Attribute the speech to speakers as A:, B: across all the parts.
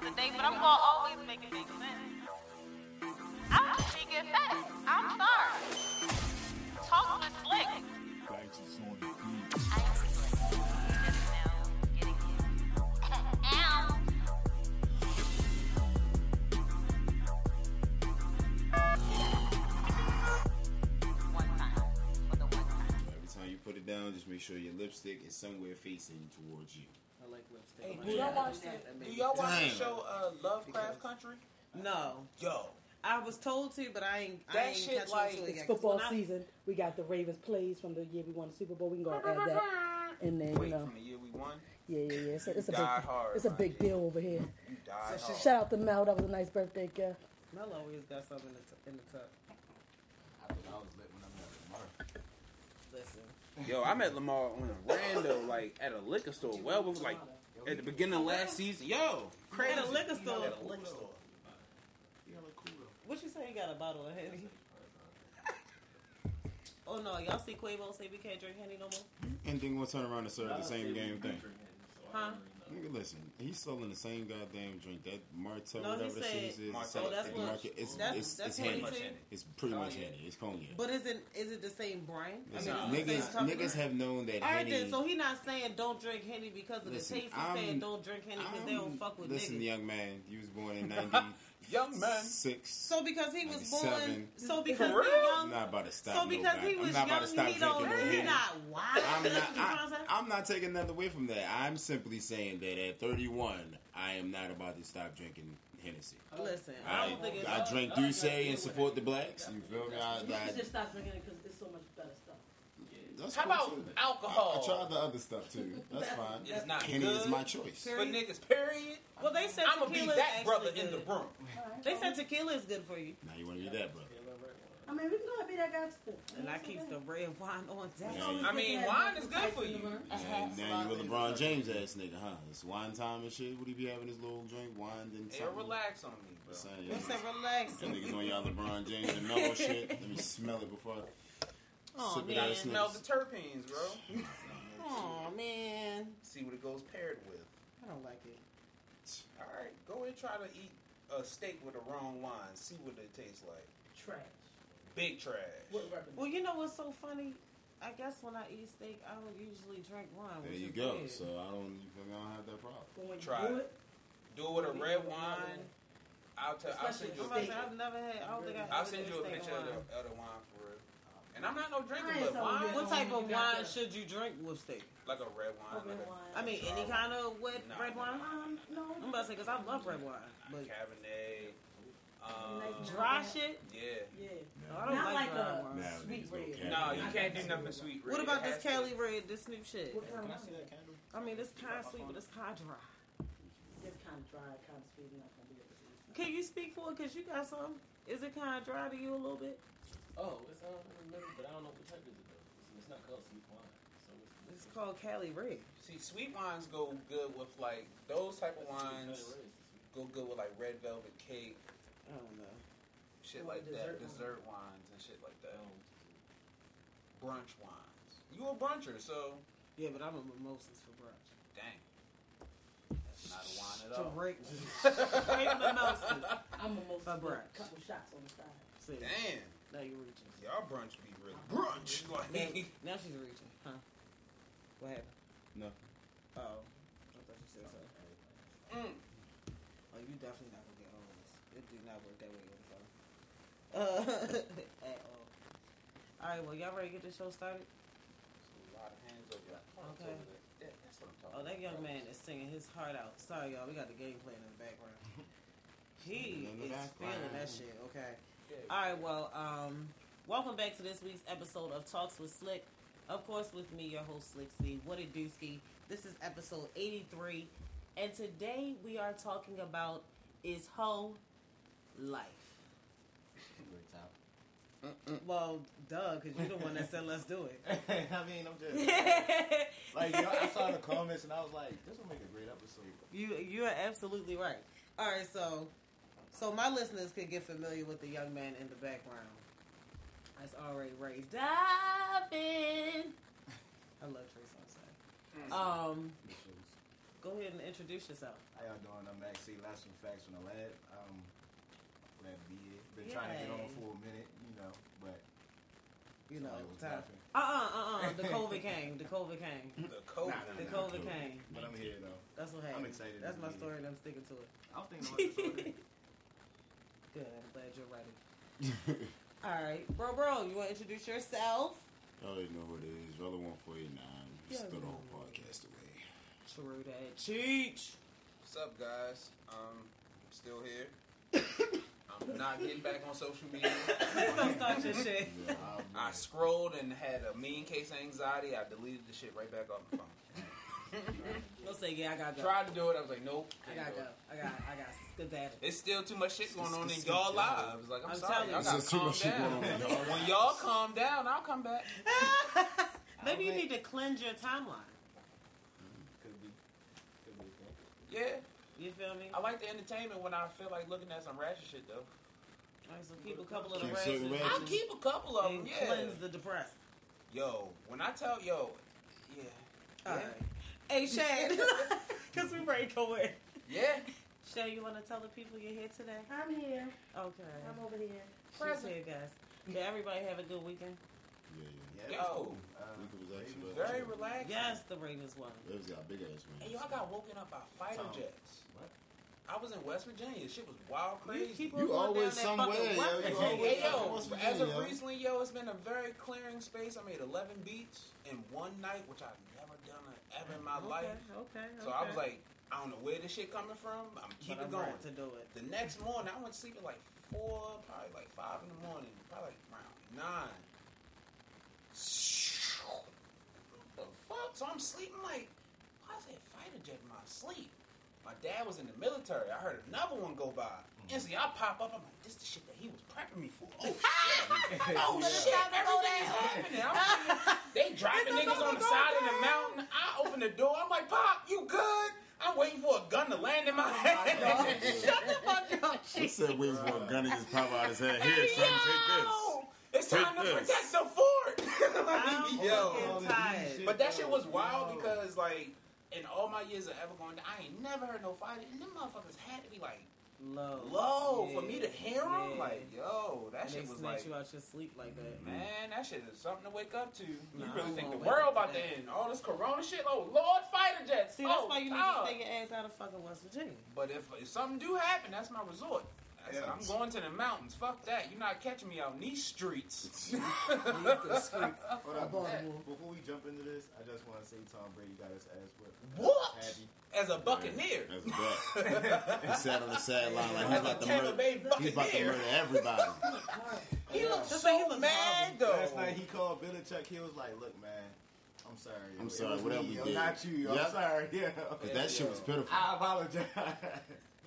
A: today, but I'm gonna always make it make sense. I'm just speaking facts. I'm sorry. Talk was slick. I am slick. Just now getting it. Ow. One time. For the one time.
B: Every time you put it down, just make sure your lipstick is somewhere facing towards you.
C: I like lipstick.
D: Hey,
C: on
D: do
C: my
D: y'all
C: hand.
D: watch
C: That
D: the,
C: made
D: do
C: me-
D: y'all watch the
B: Damn.
D: show uh, Lovecraft Country?
C: No,
D: Yo,
C: I was told to, but I ain't.
D: That
C: I ain't
D: shit
C: catch
D: like-
C: on to it
E: It's
C: yet, 'cause
E: football
C: when I-
E: season. We got the Ravens plays from the year we won the Super Bowl. We can go add that. And then, you
D: wait
E: know,
D: from the year we won.
E: yeah, yeah, yeah. It's a, it's a
D: Die
E: big,
D: hard,
E: it's a
D: my
E: big
D: nigga.
E: deal over here.
D: You died.
E: So shout out to Mel. That was a nice birthday gift.
C: Mel always got something in the, t- in the tuck.
F: I thought I was lit when I met Lamar.
C: Listen,
G: Yo, I met Lamar on a random, like at a liquor store. Well, it was like at the beginning of last season. Yo, crazy.
C: at a liquor store.
D: store.
C: What you say? You got a bottle of henny? oh no, y'all see Quavo say we can't drink henny no more.
F: Oh,
B: And then we'll turn around and serve the same game thing.
C: Huh?
B: Nigga, listen, he's selling the same goddamn drink. That Martell,
C: No, he
B: whatever the
C: said-
B: shit is,
C: Martell,
B: selling
C: Oh, that's
B: at the
C: what-
B: market. It's,
C: that's-
B: it's, it's
C: that's
B: handy.
C: what he said. Oh,
B: It's pretty much
F: Cognac.
B: handy. It's cognac.
C: But isn't is it the same brand?
B: Listen,
C: is it the
B: niggas,
C: same company?
B: niggas have known that
C: All right,
B: Henny.
C: then. So he not saying don't drink henny because of
B: Listen,
C: the taste. He's
B: I'm-
C: saying don't drink henny because they don't
B: I'm-
C: fuck with
B: Um, Listen,
C: niggas.
B: young man, you was born in '96.
F: Young man.
C: So because he was born,
B: Seven.
C: so because
F: real?
C: he young,
B: I'm not about to stop.
C: so because
B: nobody.
C: he was
B: I'm not about to
C: young,
B: stop
C: he
B: drinking no
C: don't, he
B: Henny.
C: not wild.
B: I'm
C: You know
B: not.
C: what I'm
B: I,
C: saying?
B: I'm not taking nothing away from that. I'm simply saying that at 31, I am not about to stop drinking Hennessy.
C: Listen, I
B: I,
C: don't think it's.
B: I drink Douce and support the blacks. You feel me? I, I,
E: stop drinking it because it's so much better stuff.
B: that's
D: How
B: cool,
D: about
B: too.
D: alcohol?
B: I, I tried the other stuff too. That's fine.
F: It's not
B: Henny
F: good.
B: is my choice.
D: For niggas, period.
C: well, they said
D: I'm gonna be
C: tequila is
D: that
C: actually
D: brother
C: good.
D: in the room.
C: They said tequila is good for you,
B: Now you want to be that, brother?
E: I mean, we can go and be that guy too.
C: and I keeps the red wine on deck.
B: Yeah.
D: I mean, wine is good for you.
C: Uh-huh.
B: Now, now you a LeBron James ass nigga, huh? It's wine time and shit. Would he be having his little drink, wine and
D: It'll
B: something?
D: relax on me, bro.
B: Son, y'all
C: You said relax.
B: Y'all niggas on y'all LeBron James and Melo shit. Let me smell it before I
C: Oh
B: sip it out of
C: man,
D: Smell
B: snips.
D: the terpenes, bro.
C: oh man,
D: See what it goes paired with.
C: I don't like it.
D: All right, go and try to eat a steak with the wrong wine. See what it tastes like.
E: Trash.
D: Big trash.
C: Well, you know what's so funny? I guess when I eat steak, I don't usually drink wine.
B: There
C: which
B: you
C: is
B: go.
C: weird.
B: So I don't, you feel me? I don't have that problem.
D: Try it. Do it with a red wine. I'll tell. I'll send you.
C: I'm about to
D: A picture.
C: say, I've never had. I don't think I. ever
D: I'll send
C: did
D: you a
C: steak and
D: picture of
C: wine.
D: the, Oh, of the wine for it. And I'm not no drinker,
E: I
D: but
E: ain't so
D: wine,
E: good.
C: What type of
E: You got
C: wine
E: that.
C: should you drink with steak?
D: like a red wine.
E: red
D: like a-
E: wine.
C: I mean,
D: dry
C: any
D: wine.
C: kind of wet
D: Nah,
C: red wine. I'm
E: Um, no.
C: about to say because I love red wine, but
D: Cabernet. Um,
E: Nice
C: dry
E: Yeah.
C: shit,
D: yeah.
E: Yeah.
C: no, I don't like
E: Not like
C: dry
E: a-
C: wine.
B: Nah, niggas
E: Sweet
B: no
E: bread.
B: cap.
D: No, you can't do nothing sweet. Red.
C: What about
D: It
C: this
D: has to-
C: Cali red, this new shit?
E: What kind
F: Can
E: of
F: I see that candle?
C: I mean, it's kind of sweet, but it's kind of dry.
E: It's kind of dry, kind of sweet, not gonna be able to eat.
C: Can you speak for it? Cause you got some. Is it kind of dry to you a little bit?
F: Oh, it's
C: uh,
F: um, in the middle, but I don't know what type is it though. It's, it's not called sweet wine, so it's,
C: It's called Cali red.
D: See, sweet wines go good with like those type of wines. Go good with like red velvet cake,
C: I don't know.
D: shit
E: Oh,
D: like
E: dessert
D: that.
E: wine.
D: Dessert wines and shit like that. Brunch wines. You a bruncher, so
C: Yeah, but I'm a mimosas for brunch.
D: dang. That's not a wine
B: Oh.
D: at all.
C: Drink, drink mimosas
E: I'm almost
C: A
E: with
C: brunch.
E: a couple shots on the side.
C: See,
D: Damn,
C: now you're reaching.
D: y'all brunch be really brunch.
C: Now,
D: Like,
C: now she's reaching, huh? What happened?
B: No.
C: Oh, I thought you said something.
D: mm.
C: Oh, you definitely not gonna get all this. It do not work that way on the phone. Uh, at all. All right, well, y'all ready to get this show started?
D: a lot of hands over that.
C: Okay.
D: Over there. That- That's what I'm talking
C: Oh, that young
D: about.
C: man is singing his heart out. Sorry, y'all, we got the game playing in the background. He
B: In the
C: is
B: background.
C: feeling that shit. Okay.
D: Yeah.
C: All right. Well, um, welcome back to this week's episode of Talks with Slick. Of course, with me, your host Slick C. What a dooski. This is episode eighty-three, and today we are talking about is hoe life.
F: Great
C: Mm, Well, duh, because you're the one that said let's do it.
F: top. I mean, I'm just
C: you
F: like you know, I saw the comments and I was like, this will make a great episode.
C: you are absolutely right. All right, so so my listeners could get familiar with the young man in the background. That's already Ray Mm. Diving. I love Trey Songz. Um, go ahead and introduce yourself.
H: How y'all doing? I'm Maxie Last from Facts from the Lab. I'm glad to be here. Been trying to get on
C: Yay.
H: for a minute, you know, but
C: You know,
H: somebody was
C: time.
H: laughing.
C: Uh uh uh uh. The COVID came. The COVID came.
D: The COVID.
H: Nah,
C: The
H: nah,
C: COVID came.
H: But I'm here though.
C: That's what happened.
H: I'm excited. to
C: That's my
H: be
C: story,
H: Here.
C: and I'm sticking to it.
H: I don't think no one's recording.
C: Good. I'm glad you're ready. All right, bro, bro. You want to introduce yourself?
B: Y'all already know who it is. Y'all the one for you nine. Just
C: Yeah.
B: throw the whole podcast away.
C: True that. Cheech.
D: What's up, guys? Um, I'm still here. I'm not getting back on social media.
C: Please don't start your shit.
H: Oh,
D: I
H: man.
D: scrolled and had a mean case of anxiety. I deleted the shit right back off my phone.
C: Don't say yeah. I gotta
D: I
C: go.
D: tried to do it. I was like, nope.
C: I
D: can't
C: gotta
D: do
C: go.
D: it.
C: I got. I got skedaddle.
D: It's still too much shit going on in
B: It's-
D: y'all
B: it's-
D: lives. Like, I'm,
C: I'm
D: sorry.
C: telling
D: Y'all
C: you.
D: gotta
B: There's too
D: calm
B: much shit
D: down.
B: going on in y'all
D: when y'all calm down, I'll come back.
C: Maybe you
H: I'll
C: need to cleanse your timeline.
H: Could be. Could be. okay.
D: Yeah.
C: You feel me?
D: I like the entertainment when I feel like looking at some ratchet shit, though.
C: All right, so keep a couple of the
B: Keep
C: rest
B: certain
C: and-
D: I'll
B: ratchets.
D: keep a couple of them,
C: and
D: yeah.
C: cleanse the depressed.
D: Yo, when I tell, yo, yeah.
C: All right. Hey, Shay, because we ready to go in.
D: Yeah.
C: Shay, you want to tell the people you're here today?
E: I'm here.
C: Okay.
E: I'm over here.
C: She's here, guys. Did everybody have a good weekend?
B: Yeah, yeah.
H: Yeah,
D: Yo.
H: that's cool. Uh,
B: Lincoln was actually
H: Ravens-
B: about-
D: Very relaxed.
C: Yes, the Ravens won.
B: Davis got big ass wings.
D: Hey, yo, I got woken up by fighter
H: Tom.
D: jets.
H: What?
D: I was in West Virginia. Shit was wild
C: You
D: crazy.
C: keep on
B: You
C: going
B: always
C: down that fucking
B: somewhere, yo.
C: rabbit
B: You
C: hole.
B: always fucking
D: Hey, yo,
B: West Virginia,
D: as of
B: yo.
D: recently, yo, it's been a very clearing space. I made 11 beats in one night, which I've never done ever in my life.
C: Okay, okay.
D: So I was
C: okay.
D: like, I don't know where this shit coming from. I'm keep
C: But
D: it
C: I'm
D: going.
C: right to do it.
D: The next morning, I went to sleep at like four, probably like five in the morning, probably like around nine. What the fuck? So I'm sleeping like, why is that fighter jet in my sleep? My dad was in the military. I heard another one go by. Instantly, I pop up. I'm like, this is the shit that he was prepping me for. Oh shit! oh shit! Everything is happening. I'm like, they dropping
C: It's
D: niggas on
C: another
D: the
C: go
D: side of
C: down.
D: the mountain. I open the door. I'm like, Pop, you good? I'm waiting for a gun to land in my hand.
C: Shut the fuck up,
B: He
C: Chief.
B: said wings for a gun and just pop out his head. Here, son,
D: Yo!
B: take
D: It's
B: Take
D: time to
B: this.
D: protect the fort.
C: I'm
D: yo,
H: um,
C: fucking tired.
D: but that shit was wild because like in all my years of ever going, I ain't never heard no fighting, and them motherfuckers had to be like
C: Low.
D: low for
C: Yeah,
D: me to hear them.
C: yeah.
D: Like yo, that
C: And they
D: shit was
C: snatch
D: like.
C: you out your sleep like that.
D: Man, that shit is something to wake up to. You
C: Nah, I
D: really think the
C: won't
D: world
C: wake up
D: about
C: to
D: to
C: that.
D: end? All this Corona shit. Oh Lord, fighter jets.
C: See, that's
D: oh,
C: why you need to
D: God.
C: stay your ass out of fucking West Virginia.
D: But if, if something do happen, that's my resort. I said,
H: Yeah.
D: I'm going to the mountains. Fuck that. You're not catching me out in these streets.
H: Hold up,
D: Baltimore.
H: before- Before we jump into this, I just want to say Tom Brady got his ass whipped.
D: What?
H: Happy.
D: As a
B: this.
D: Buccaneer.
B: As a buck. He sat on the sideline like he's
D: As a
B: about to
D: Tampa
B: murder.
D: Bay
B: He's about to
D: Buccaneer.
B: murder everybody.
D: He looks
C: That's why he
D: so
C: looks
D: mad, though.
H: Last night he called Belichick. He was like, "Look, man, I'm sorry.
B: I'm
H: It
B: sorry,
H: was
B: whatever
H: me,
B: you
H: yo,
B: did."
H: Not you.
B: Yep.
H: I'm sorry. Yeah.
B: Cause that shit was pitiful.
H: I apologize.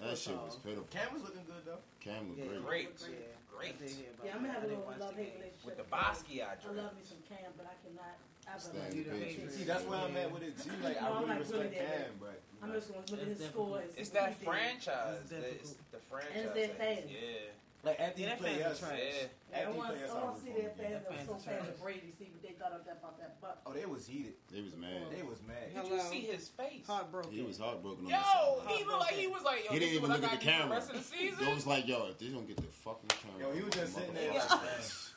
B: That shit was pitiful.
H: Cam was looking good though.
B: Cam was
C: Yeah,
B: great.
D: Great.
C: Yeah,
D: Great.
C: I did hear about
E: Yeah, I'm gonna
C: that.
E: have
C: I
E: a
C: didn't
E: little
C: watch
E: love
C: the
E: hate
C: game.
E: relationship.
D: With the Bosky I
E: I
D: dream.
E: love me some Cam, but I cannot. I
B: Stand
E: love
B: the
E: you.
C: the Patriots.
B: Patriots.
H: See, that's why I'm at with it too. Like, I
E: No, I'm
H: really
E: like,
H: respect
E: really there.
H: Cam, but you
E: I'm
H: know,
E: just gonna look at
C: It's
E: his
C: difficult.
E: scores.
D: It's
E: What
D: that
E: he did.
D: franchise.
C: It's
D: that-
C: difficult.
D: It's the
E: It's
D: franchise.
E: their
D: that-
E: fans.
D: Yeah.
H: like at these
C: Yeah, that fans
H: players,
C: are trash.
D: Yeah.
E: Yeah, I
H: At these
E: want
H: players,
E: I want to see their
H: yeah.
E: fans. That
C: That
E: was
C: fans
E: so
C: are
E: fans
C: trash.
E: of Brady. See what they thought of that about that buck.
H: Oh, they was heated.
B: They was mad.
H: They was mad.
D: Did you
C: Hello.
D: see his face?
C: Heartbroken.
B: He was heartbroken on
D: Yo,
B: the sideline.
D: he looked like he was like, yo,
B: He
D: this
B: didn't
D: is
B: even
D: what I
B: look at
D: got
B: the
D: to do for the
B: camera.
D: rest of the season.
B: They was like, yo, if they don't get the fucking camera.
H: Yo, he was just sitting there.
D: Yeah.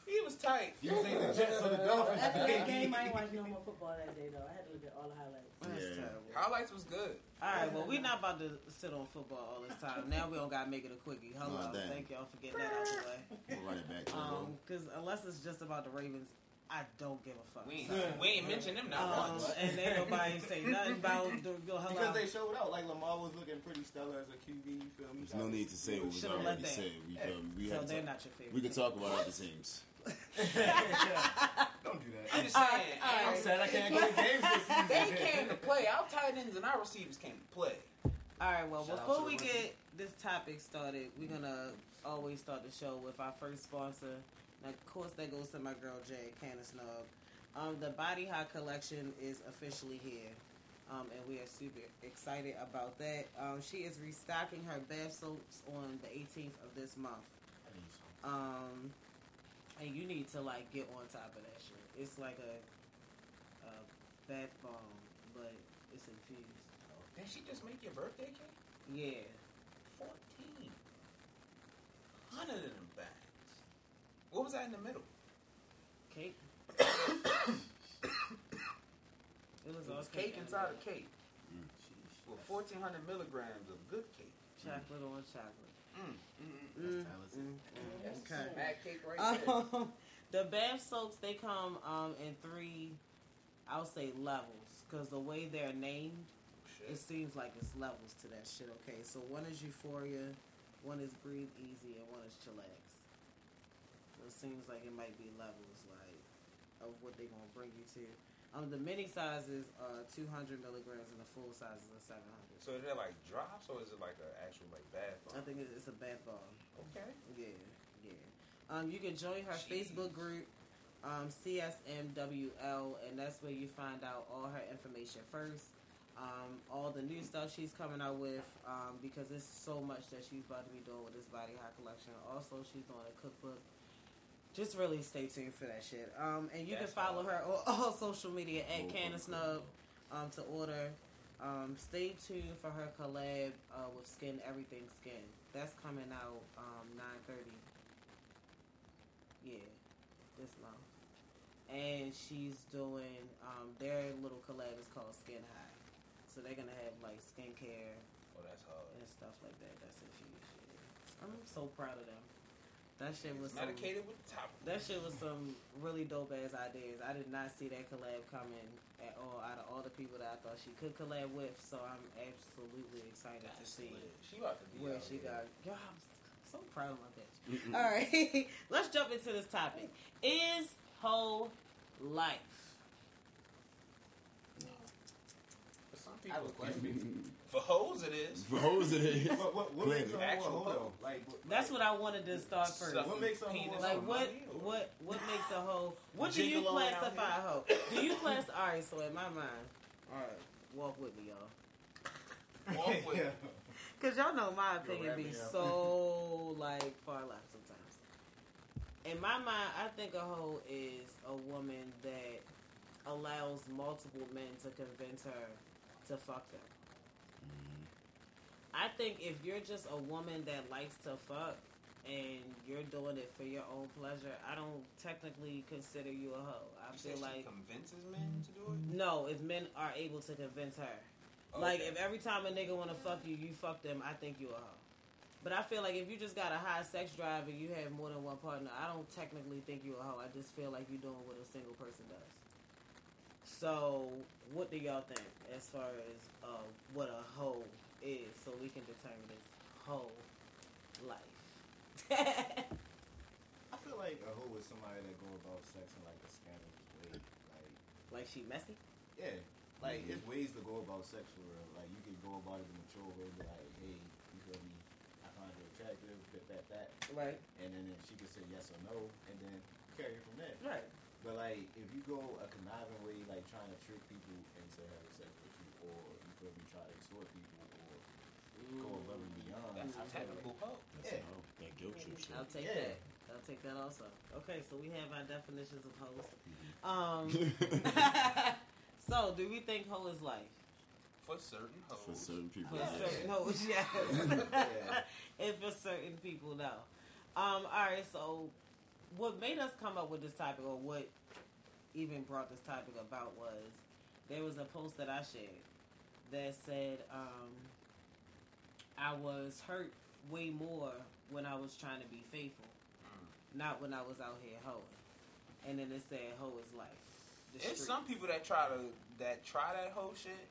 H: He was tight. You was saying the Jets or the Dolphins?
E: After that
H: baby.
E: game, I ain't watching no more football that day though. I had to look at all the highlights.
C: That's
B: Yeah.
C: terrible.
D: Highlights was good.
C: All right, well, we're not about to sit on football all this time. Now we don't got to make it a quickie. Hello.
B: Nah, damn.
C: Thank y'all for getting that out the way.
B: We'll run it back to the room.
C: Because unless it's just about the Ravens, I don't give a fuck.
D: We ain't, we ain't mentioned them not
C: Um,
D: once.
C: and ain't nobody say nothing about the go, hello.
H: Because they showed out. Like Lamar was looking pretty stellar as a QB. You feel me?
B: There's no need to say what was
C: Should've let
B: already
C: that.
B: said. We, um, we,
C: so
B: had to
C: they're
B: talk-
C: not your favorite.
B: we could talk about other teams.
H: Yeah. Don't do that.
D: I'm just saying.
H: I'm sad I can't go to games this season.
D: They came to play. Our tight ends and our receivers came to play.
C: All right, well,
H: Shout out to
C: before
H: the
C: we
H: rookie.
C: get this topic started, we're going to always start the show with our first sponsor. And of course, that goes to my girl, Jay Candace Snug. Um, the Body High Collection is officially here, um, and we are super excited about that. Um, she is restocking her bath soaps on the 18th of this month. Um, and you need to, like, get on top of that shit. It's like a, a bath bomb, but it's infused.
D: Did she just make your birthday cake?
C: Yeah.
D: Fourteen. Hundred of them bags. What was that in the middle?
C: Cake. it was
D: It
C: all
D: was cake inside a cake.
B: Mm.
D: With fourteen hundred milligrams of good cake.
C: Chocolate on chocolate.
D: Mm.
C: Mm,
H: Alice.
C: mm,
D: That's
C: mm. Okay.
D: mad cake right there.
C: Um, the bath soaps they come um, in three, I'll say levels, because the way they're named, it
D: Oh, Shit.
C: seems like it's levels to that shit. Okay, so one is Euphoria, one is Breathe Easy, and one is Chillax. So it seems like it might be levels like of what they're gonna bring you to. Um, the mini sizes are 200 milligrams, and the full sizes are 700.
D: So is that like drops or is it like an actual like bath
C: I
D: bomb?
C: think it- it's a bath bomb.
D: Okay.
C: Yeah, yeah. Um, you can join her
D: Jeez.
C: Facebook group, um, CSMWL, and that's where you find out all her information first. Um, all the new stuff she's coming out with, um, because there's so much that she's about to be doing with this body high collection. Also, she's doing a cookbook. Just really stay tuned for that shit. Um, and you
D: That's
C: can follow
D: all.
C: her on all social media at
B: Cool, cool,
C: Candace
B: cool.
C: Snub um, to order. Um, stay tuned for her collab uh, with Skin Everything Skin. That's coming out um, nine thirty. Yeah, this month. And she's doing um, their little collab is called Skin High. So they're gonna have like skincare
D: Well, Oh, that's hard.
C: and stuff like that. That's infused. shit. I'm so proud of them. That shit was some-
D: Medicated with the topical.
C: that shit was some really dope ass ideas. I did not see that collab coming at all out of all the people that I thought she could collab with. So I'm absolutely excited to
D: That's
C: see
D: lit. She about to be
C: where
D: out
C: she
D: here.
C: got. Y'all, I'm so proud of my bitch. All right, let's jump into this topic. Is whole life?
D: For some people, it
H: question.
D: can be. For hoes, it is.
B: For hoes it is.
H: What, what, what makes a hoe a
D: Actual
H: hoe though?
D: hoe.
H: Like, what-
C: That's what I wanted to start first.
D: Sucking
H: What makes a hoe
D: penis
H: a hoe?
D: for
C: Like what?
D: money, or-
C: What? What makes a hoe? What do you
H: Gigolo out
C: classify a hoe? Do you class? All right. So in my mind, all right, walk with me, y'all.
D: Walk with
H: Yeah.
C: Cause y'all know my
H: Yo,
C: opinion
H: wrap
C: be
H: me up.
C: so like far left sometimes. In my mind, I think a hoe is a woman that allows multiple men to convince her to fuck them. I think if you're just a woman that likes to fuck and you're doing it for your own pleasure, I don't technically consider you a hoe. I
D: You said
C: feel
D: she
C: like
D: convinces men to do it.
C: no, if men are able to convince her. Like if every time a nigga wanna fuck you, you fuck them, I think you a hoe. But I feel like if you just got a high sex drive and you have more than one partner, I don't technically think you a hoe. I just feel like you doing what a single person does. So what do y'all think as far as uh, what a hoe is? So we can determine this whole life.
H: I feel like a hoe is somebody that go about sex in like a scandalous way. Like,
C: like she messy?
H: yeah, like it's ways to go about sex for real. Like you can go about it in a mature way, be like, hey, you feel me? I find you attractive, that, that, that,
C: Right.
H: and then if she can say yes or no, and then carry it from there.
C: Right.
H: But like, if you go a conniving way, like trying to trick people into having sex with you, or you feel me, try to extort people, or go above and beyond.
D: that's
H: I feel
D: a
H: like-
D: technical hoe.
B: That's a hoe. That guilt trip shit.
C: I'll take
H: Yeah.
C: that. I'll take that also. Okay, so we have our definitions of hoes. Um, so, do we think hoe is life?
D: For certain hoes.
B: For certain people.
C: For
H: Yeah.
C: certain hoes, yes.
H: Yeah.
C: and for certain people, no. Um, all right, so what made us come up with this topic, or what even brought this topic about, was there was a post that I shared that said um, I was hurt way more when I was trying to be faithful,
D: Mm.
C: not when I was out here hoeing. And then it said, hoe is life. The
D: There's
C: streets.
D: some people that try to that try that whole shit,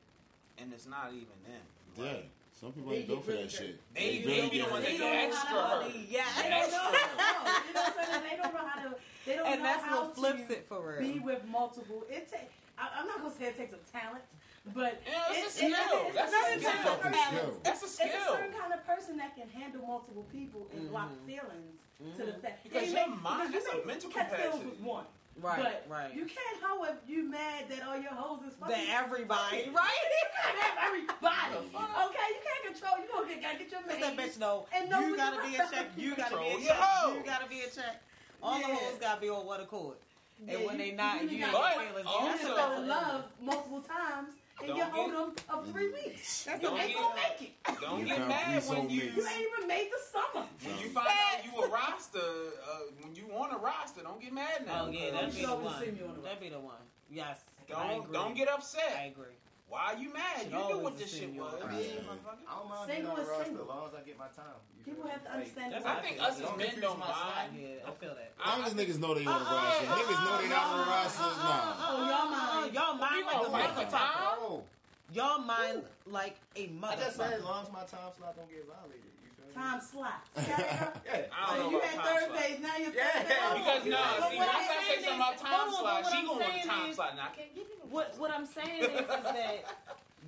D: and it's not even them.
B: Yeah.
D: Like,
B: Some people ain't built for that shit. They
D: They, they,
B: really
D: be the
B: get
D: one
B: it.
D: that
E: They
D: go
E: don't
D: extra
E: know how
D: hurt.
E: to
C: Yeah,
E: They don't know. You know what I'm saying? They don't know how to. They don't
C: and
E: know
C: that's
E: how
C: what flips
E: to
C: it for real.
E: Be with multiple. It take. I, I'm not gonna say it takes a talent, but
D: Yeah, it's a
E: it- it-
D: skill.
E: it's
D: That's
E: another
D: a skill.
E: type of
B: It's a
E: talent.
B: skill.
D: That's a
E: It's a
D: skill.
E: certain kind of person that can handle multiple people and block
C: Mhm.
E: feelings to
C: Mhm.
E: the fact
D: Because
E: you
D: your
E: may-
D: mind-
E: because
D: that's a
E: you may
D: mental
E: catch feelings
D: capacity.
E: with one.
C: Right,
E: But
C: right.
E: You can't hoe if you mad that all your hoes is fucking.
C: that everybody,
E: You
C: right?
E: can't have everybody. Okay, you can't control. You gonna get gotta get your
C: Cause that
E: man.
C: bitch know
E: And know
C: you
E: what
C: gotta
E: you-
C: be in check. You gotta be
D: Control
C: in
D: your
C: check.
D: hoe.
C: You gotta be in check. All the
E: Yeah.
C: hoes gotta be on one accord.
E: Yeah,
C: and when
E: you-
C: they not,
E: you
C: you, ain't
E: gotta-
C: feeling
D: But
E: You
C: that's
E: can
D: also-
C: a
E: fall
C: mental
E: in
C: illness.
E: love multiple times and
D: Don't
E: you
D: get-
E: hold them up three weeks. That's
D: Don't
E: what they
D: get-
E: gonna make it.
D: Don't
B: You
D: get
B: found
D: mad
B: three
D: when you
B: soulmates.
E: You ain't even made the summer.
D: when you
B: Um,
D: find out you a roster. Uh, when you on a roster, don't get mad now.
C: Oh yeah, that'd be
E: You
C: the
E: always see
C: one.
E: me on the
C: That'd be the one. Yes. I
D: Don't
C: agree.
D: don't get
C: I
D: upset.
C: agree.
D: Why you mad?
C: Should
D: You knew
C: always
D: what this
C: assume
D: shit
C: you're
D: was.
C: a
H: roster.
D: Yeah, motherfucker.
H: I don't mind
E: Single
H: being on
E: is
H: the roster
E: single.
H: as long as I get my time. You
E: People
H: feel me?
E: have to
H: Like,
E: understand.
C: That's
E: that
D: I think us as
H: Don't
D: men
H: confuse
D: don't
H: my
D: mind.
C: Yeah, I feel that.
B: As long as niggas know they on
C: Uh-uh.
B: the roster. Niggas know they not on the roster. Nah.
C: Oh, y'all mind, y'all mind like
D: gonna
C: a
D: fight for
C: motherfucker.
D: time?
H: No.
C: Y'all mind like
H: I
C: a
H: just said as
C: motherfucker.
H: long as my time slot don't get violated. You feel me?
E: Time slot. Yeah.
H: Yeah.
D: I
E: So
D: don't
E: you
D: know
E: had
D: about time
E: third
D: slot.
E: base, now you're
H: Yeah.
E: third base. Oh,
D: Because
E: you
D: no,
E: know
D: see,
E: what
D: once I
E: I'm
D: say
E: saying
D: something about
E: is-
D: time
C: hold on,
D: slot,
C: but what
D: she
C: I'm
D: gonna want
C: saying
D: the time
C: is-
D: slot. Now I can't give you no.
C: What what I'm saying is, is that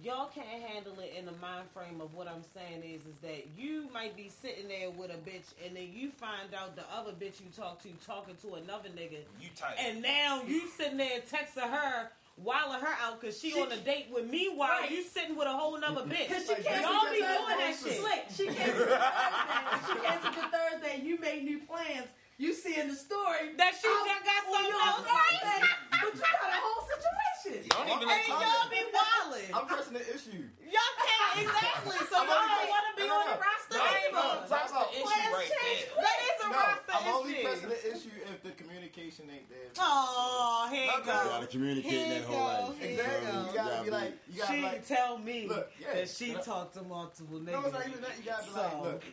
C: y'all can't handle it in the mind frame of what I'm saying is is that you might be sitting there with a bitch and then you find out the other bitch you talk to talking to another nigga
D: You tight.
C: and now you sitting there texting her wilding her out because she, on a date with me while
E: Right.
C: you sitting with a whole nother bitch.
E: Cause she
H: Like,
E: canceled
C: y'all
E: your
C: be
E: Thursday.
C: doing that shit.
E: Slick. She canceled your Thursday. She canceled your Thursday. You made new plans. You see in the story
C: That she
E: I'm
C: that got
E: on
C: something
E: your
C: else.
E: Thursday, but you got a whole situation.
D: Don't even let
H: Hey,
D: you.
C: Y'all be wilding.
H: I'm pressing the issue.
C: Y'all can't exactly. So
H: I'm
C: y'all don't
H: only-
C: want to be
H: no,
C: on
H: no,
C: the roster
D: No,
H: no,
C: either.
H: no.
D: that's the issue
C: Well,
D: right
C: shit,
D: there.
C: That is a
H: No,
C: roster
H: I'm only pressing
C: issue.
H: the issue if the communication ain't there.
C: Oh, here
H: No,
C: it
H: no,
B: You
C: goes.
B: gotta communicate that whole life.
C: Here
H: Exactly.
C: Yeah.
H: You gotta be like, you gotta
C: She
H: like.
C: tell me
H: Look, yeah.
C: that she
H: No.
C: talked to multiple niggas.
H: No, it's not even that. You gotta be like,
C: So-
H: look,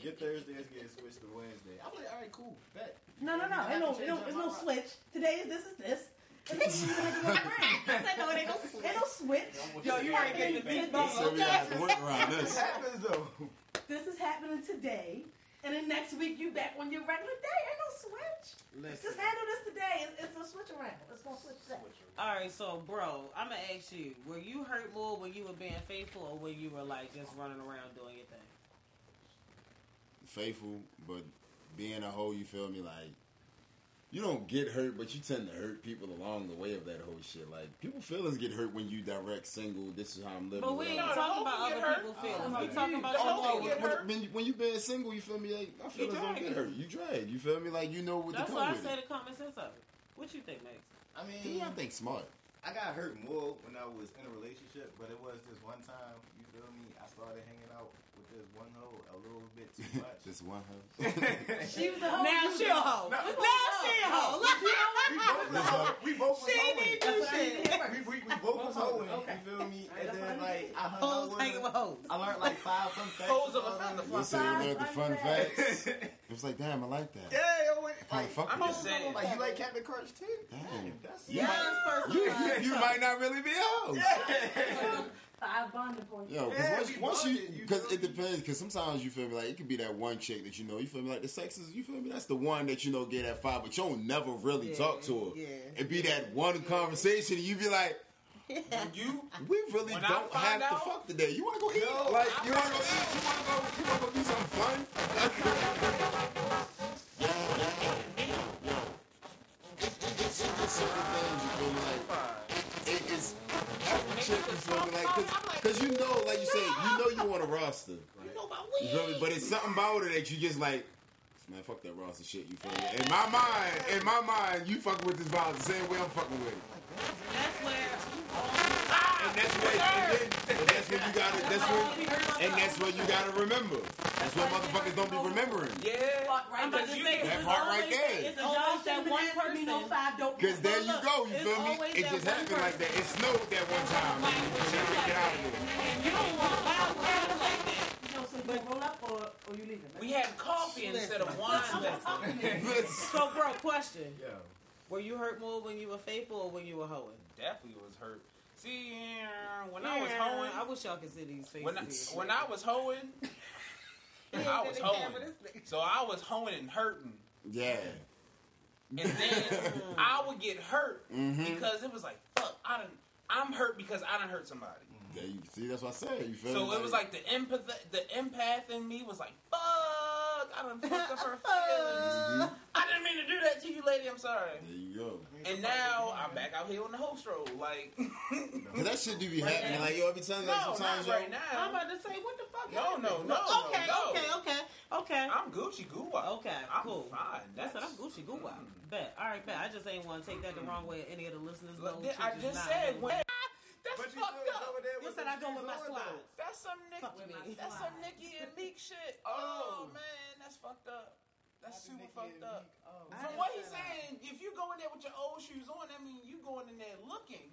H: your Thursday's getting switched to Wednesday. I'm like, all right, cool. Bet.
E: No, no, no.
H: You
E: Ain't no,
H: have to
E: ain't no,
H: change
E: there's
H: your
E: no
H: mind.
E: switch. Today is this is this. And this is gonna be my friend. I said, no, it ain't no switch. Ain't no switch.
C: Yo, you ain't getting the big
B: So we have to work around
H: This
B: this.
H: happens though.
E: This is happening today. And then next week you back on your regular day. Ain't no switch. Just handle this today. It's, it's a switch around. It's gonna switch today.
C: All right, so bro, I'm gonna ask you: Were you hurt more when you were being faithful, or when you were like just running around doing your thing?
B: Faithful, but being a hoe, you feel me? Like, you don't get hurt, but you tend to hurt people along the way of that whole shit. Like, people feelings get hurt when you direct single, this is how I'm living.
C: But we
B: whatever.
C: ain't
D: No, the
C: talking
D: hoe
C: about
D: can get
C: other
D: hurt.
C: people's feelings.
E: Oh,
C: We
E: my
C: talking
E: God.
C: about
D: The
C: your
D: hoe can
C: own.
D: get
B: when,
D: hurt.
B: when, you- when you being single, you feel me? Like, my feelings don't
C: dragging.
B: get hurt. You drag. You feel me? Like, you know what
C: That's
B: to
C: why
B: come
C: I
B: with.
C: said
B: It.
C: the common sense of it. What you think, Max?
H: I
B: To
H: mean,
B: me, I think smart.
H: I got hurt more when I was in a relationship, but it was this one time. You feel me? I started hanging out with this one hoe a little bit too much.
B: Just one hoe.
E: She was the whole
C: now she a hoe.
H: No.
C: now she a hoe.
H: we both was hoeing. We both was
C: She
H: hoeing.
C: need to-
E: That's what I need to get
H: We,
E: first.
H: we, we both was hoeing.
E: Okay.
H: You feel me?
E: All right,
H: And
E: that's what I
H: then
E: need
H: like I hung out
C: Hoes
H: with
C: hanging
H: her.
C: with hoes.
H: I learned like five fun facts.
D: Hoes of
H: about
D: a
H: her.
D: feather
B: You
D: flock.
B: said you learned the fun
E: Fun
B: facts. It was like, damn, I like that.
H: yeah, yo, wait, like,
B: fuck
H: I'm
B: with
H: just
D: that.
H: saying, like you like Captain Crunch too.
B: Damn.
H: that's
B: You might- You, you might not really be a hoe.
H: Yeah.
E: Five bonding points.
B: Yo, cause
H: Yeah,
B: once,
H: we
B: you- once
H: bonded,
B: you,
H: you
B: because
H: feel
B: it
H: me?
B: depends. Because sometimes you feel me like it could be that one chick that you know. You feel me like the sex is. You feel me that's the one that you know get that five, but you don't never really
C: Yeah,
B: talk to her.
C: yeah.
B: It be that one conversation, and you be like,
D: When you
B: we really
D: When I
B: don't have
D: find
B: to
D: out-
B: fuck today. You want to go eat?
H: No,
B: like
D: I
B: you want to go eat? You want to go? You want to go do something fun? Yo, yo, yo. It- It's it's certain things you feel me like. it- it's every chick you feel me like, cause, 'cause you know, like you said, you know you on a roster.
D: you know about
B: You feel me?
D: weed.
B: But it's something about it that you just like, man, fuck that roster shit. You feel me? In my mind, in my mind, you fucking with this vibe the same way I'm fucking with it.
C: That's where
D: Ah,
B: And that's what, and, then, and that's what you gotta, that's what, and that's what you gotta remember. That's what motherfuckers don't be remembering.
D: Yeah.
C: I'm about to
D: But you-
C: say
B: that
C: it's
B: part
C: always,
B: right there.
C: It's always that one person.
E: No five don't.
B: Cause there you
C: look,
B: go, you
C: it's
B: feel me?
C: always
B: It
C: that
B: just
C: one
B: happened like that. It snowed that one time.
C: Like,
B: and
C: when
B: you
C: you
B: never
C: like
B: get out of
C: that,
B: there.
C: and you don't want wild girls like that.
E: You know, so you gonna roll up or, or you leaving.
D: We had coffee instead of wine. back then.
C: So, bro, question:
H: Yo,
C: Were you hurt more when you were faithful or when you were hoeing?
D: Definitely was hurt. See, yeah, when I was
C: Yeah,
D: hoeing,
C: I wish y'all could see these faces.
D: when I, when I was hoeing, I was hoeing. So I was hoeing and hurting,
B: Yeah.
D: and then
C: Mm-hmm.
D: I would get hurt
B: Mm-hmm.
D: because it was like, fuck, I done, I'm hurt because I done hurt somebody.
B: Yeah, you, see, that's what I said. You feel me?
D: So it was like the empath, the empath in me was like, fuck, I done fucked up her
B: Mhm.
D: feelings. I didn't mean to do that to you, lady. I'm sorry.
B: There you go.
H: I mean,
D: And
H: somebody-
D: now I'm back out here on the host road, like.
B: Cause that shit do be happening. Like yo, every time, like
D: No,
B: sometimes
D: not
B: yo,
D: right
C: I'm
D: now.
C: about to say, what the fuck?
D: No,
C: happened?
D: no, no,
C: Okay,
D: Oh, no.
C: okay, okay, okay,
D: I'm Gucci Goo.
C: okay.
D: I'm
C: cool.
D: fine. Mm-hmm.
C: That's what I'm Gucci Goo. Wow. Bet. All right, bet. I just ain't want to take that the wrong way. Any of the listeners know.
D: Look,
C: which
D: I
C: is
D: just
C: not.
D: said when. That's
H: But you
D: That's fucked
H: still
D: up.
H: over there
C: You
H: with
C: said
H: the
C: I go
H: shoes
C: with my
H: on,
C: slides.
H: though.
D: That's some
C: Fuck
D: Nicki.
C: with me.
D: That's some Nicki and Meek shit. Oh
H: Oh.
D: man, that's fucked up. That's
H: Happy
D: super
H: Nicki
D: fucked
H: and
D: up.
H: Meek. Oh,
C: I
D: From what
C: understand
D: he's saying, if you go in there with your old shoes on, that means you going in there looking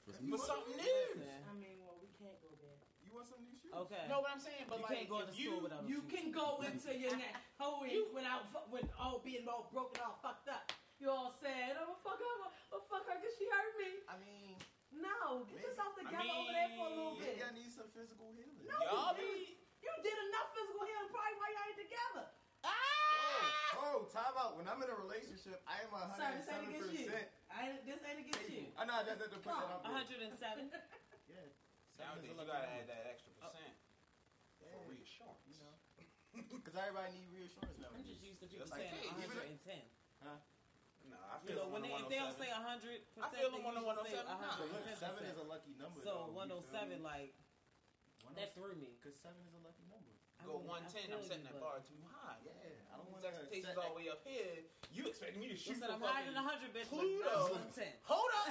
D: for something new.
E: I mean, well, we can't go there.
H: You want some new shoes?
C: Okay.
D: Know what I'm saying? But
C: you
D: like,
C: can't go to
D: if
C: school
D: you
C: without a
E: You
C: shoe.
E: can go into your neck whole week without fu- with all being all broken, all fucked up. You all said, "Oh fuck her, oh fuck her, cause she hurt me."
H: I mean,
E: No,
H: Maybe.
E: get yourself together
D: I
E: over there for a little
D: mean,
E: bit.
H: maybe I need some physical healing.
E: No,
D: y'all
E: you,
D: be
E: you did enough physical healing probably while y'all ain't together.
H: Oh, time out. When I'm in a relationship, I am
E: Sorry, this ain't
H: 107
E: against you.
H: percent.
E: I ain't, this ain't against you.
H: I know that's at the point that I'm.
C: 107.
H: Yeah.
D: Nowadays,
H: Something's
D: you gotta
H: like-
D: add that extra percent
H: Yeah,
D: for reassurance.
H: you know. Because everybody need reassurance now.
C: I'm just used to people
D: That's like,
C: saying
D: hey, even-
C: 110.
D: No,
C: You know,
D: I feel the
C: when they, if they don't
D: 107.
C: say 100,
D: I feel the
C: they
D: one on
C: usually say
H: So
D: 107. Nah,
H: look,
C: 110%.
H: seven is a lucky number.
C: So
H: though, you
C: 107,
H: feel me?
C: like that threw me.
H: Because seven is a lucky number.
C: I
D: go
C: mean, I
D: 110,
C: feel
D: I'm
C: you,
D: setting that
C: but-
D: bar too high.
H: Yeah, I don't want
D: His
H: to
D: expectations all the way up here. You expect me to shoot
C: Listen,
D: for
C: I'm higher than 100,
D: fucking...
C: bitch, but
D: Pluto.
C: not 110.
D: Hold up!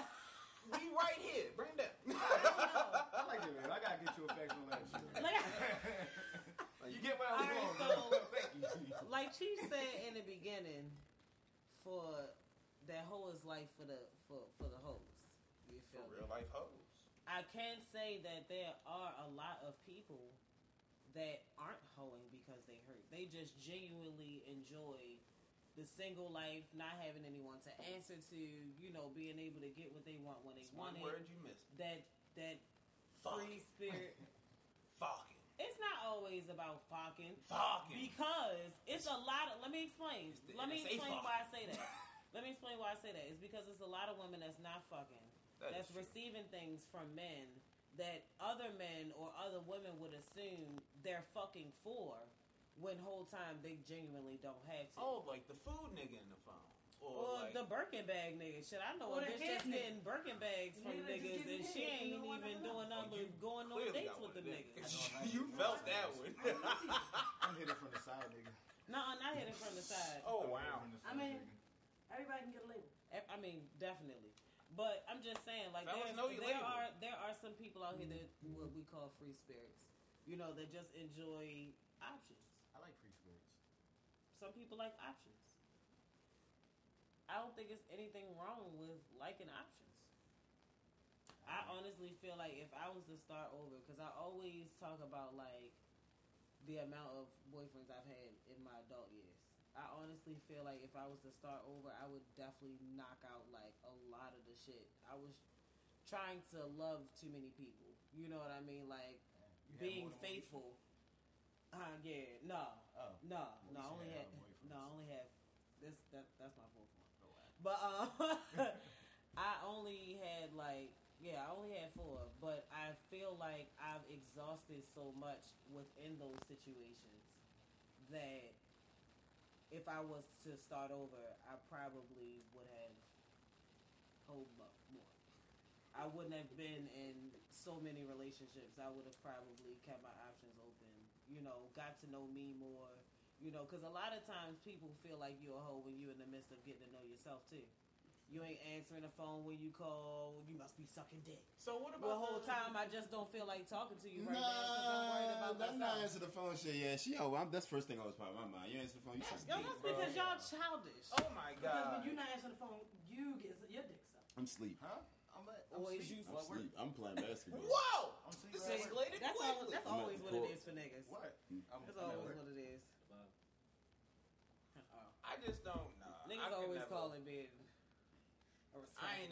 D: we right here. Bring it down.
H: I like that, man. I gotta get you a factual answer.
C: Like,
H: you get what
C: All
H: I'm
C: right,
H: going.
C: so-
H: man. Thank you.
C: like Chief said in the beginning, for that hoe is life for the for for the hoes. You feel me?
D: Real life hoes.
C: I can say that there are a lot of people that aren't hoeing because they hurt. They just genuinely enjoy the single life, not having anyone to answer to, you know, being able to get what they want when they
D: It's
C: want it.
D: one word you missed.
C: That that free
D: Fucking.
C: spirit.
D: Fucking.
C: it's not always about fucking.
D: Fucking.
C: Because it's a lot of. Let me explain.
D: It's the
C: Let me
D: NSA
C: explain
D: fucking.
C: why I say that. let me explain why I say that. It's because it's a lot of women that's not fucking,
D: That is
C: that's
D: true.
C: receiving things from men that other men or other women would assume they're fucking for, when whole time they genuinely don't have to.
D: Oh, like the food nigga in the phone. Or,
C: Or
D: like,
C: the Birkin bag nigga shit. I know
E: Or
C: a
E: the
C: bitch that's
E: head nigga.
C: getting Birkin bags from
E: Nigga that
C: niggas
E: just getting
C: and she
E: head,
C: ain't
E: you know what
C: even
E: I'm talking
C: doing nothing
D: you
C: but going on
D: clearly
C: dates
D: got
C: with
D: one
C: the
D: of
C: niggas.
D: them. you felt that one.
H: I'm hitting from the side, nigga.
C: Nuh-uh, not hit it from the side.
D: oh,
H: I'm
D: wow.
H: hitting from the
E: I
H: side,
E: mean-
H: nigga.
E: Everybody can get a label.
C: E- I mean, definitely. But I'm just saying, like
D: Fellas
C: there,
D: know you
C: there
D: label.
C: are there are some people out here that what we call free spirits. You know, that just enjoy options.
H: I like free spirits.
C: Some people like options. I don't think it's anything wrong with liking options. I honestly feel like if I was to start over, because I always talk about like the amount of boyfriends I've had in my adult years. I honestly feel like if I was to start over, I would definitely knock out like a lot of the shit. I was trying to love too many people. You know what I mean? Like
H: You had
C: being
H: more than one
C: faithful. Uh, yeah, no,
H: bitch? Oh.
C: no,
H: Well, you
C: no. I only
H: said
C: have,
H: boyfriends.
C: no, I only have. This that that's my fourth one.
H: Oh, wow.
C: But um, I only had like yeah, I only had four. But I feel like I've exhausted so much within those situations that if I was to start over, I probably would have hold up more. I wouldn't have been in so many relationships. I would have probably kept my options open. You know, got to know me more. You know, because a lot of times people feel like you're a hoe when you're in the midst of getting to know yourself too. You ain't answering the phone when you call. You must be sucking dick.
D: So what about
C: The whole time I just don't feel like talking to you right now because
B: Nah,
C: I'm worried about
B: that's not
C: myself.
B: answer the phone shit. Yeah, she. Oh, I'm, that's first thing always popped in my mind. You answer the phone, you suck
C: Yo,
B: dick.
C: that's
D: Bro.
C: because y'all childish.
D: Oh my
E: Because when
D: god.
E: you're not answering the phone, you get your dick sucked.
B: I'm sleep.
H: Huh? I'm like, I'm
C: Or is
H: sleep.
C: you-
B: I'm
H: What work?
B: sleep. I'm playing basketball.
D: Whoa!
H: I'm sleep
D: This
H: right away.
D: escalated
C: That's, al-
D: quickly.
C: that's always what it
B: Cool.
C: is for niggas.
H: What? I'm, I'm
C: That's
H: at
C: always
H: work.
C: what it is.
B: Oh.
F: About
C: Uh-uh.
D: I just don't know.
C: Niggas always calling being. a
D: I ain't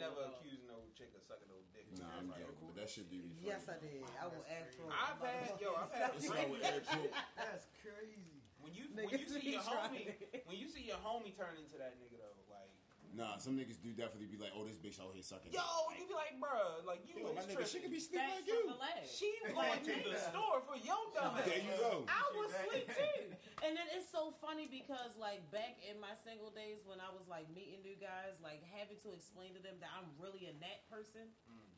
C: responsible
D: never
C: adult.
D: accused no chick of sucking no dick.
B: Nah, I'm joking, but that shit do be funny.
C: Yes, I did. I will
H: That's
C: ask for.
H: crazy.
D: I've had yo, I've had
B: It's not with
D: friends.
B: Eric Holt.
H: That's crazy.
D: when you when you
C: Niggas
D: see
C: be
D: your homie
C: trying.
D: when you see your homie turn into that nigga though, like
B: Nah, some niggas do definitely be like, oh, this bitch out here sucking.
D: yo,
B: dick.
D: you be like, bruh, like you
B: Yo, my
D: was
B: nigga, she could
D: tripping.
B: be sleeping like
C: That's from the
B: you.
C: leg.
D: She was going to the
H: Yeah.
D: store for your dumb ass.
B: There you go.
C: I was
H: She
C: sleep
H: back.
C: too. And then it's so funny because like back in my single days when I was like meeting new guys, like having to explain to them that I'm really a nat person.
B: Mm.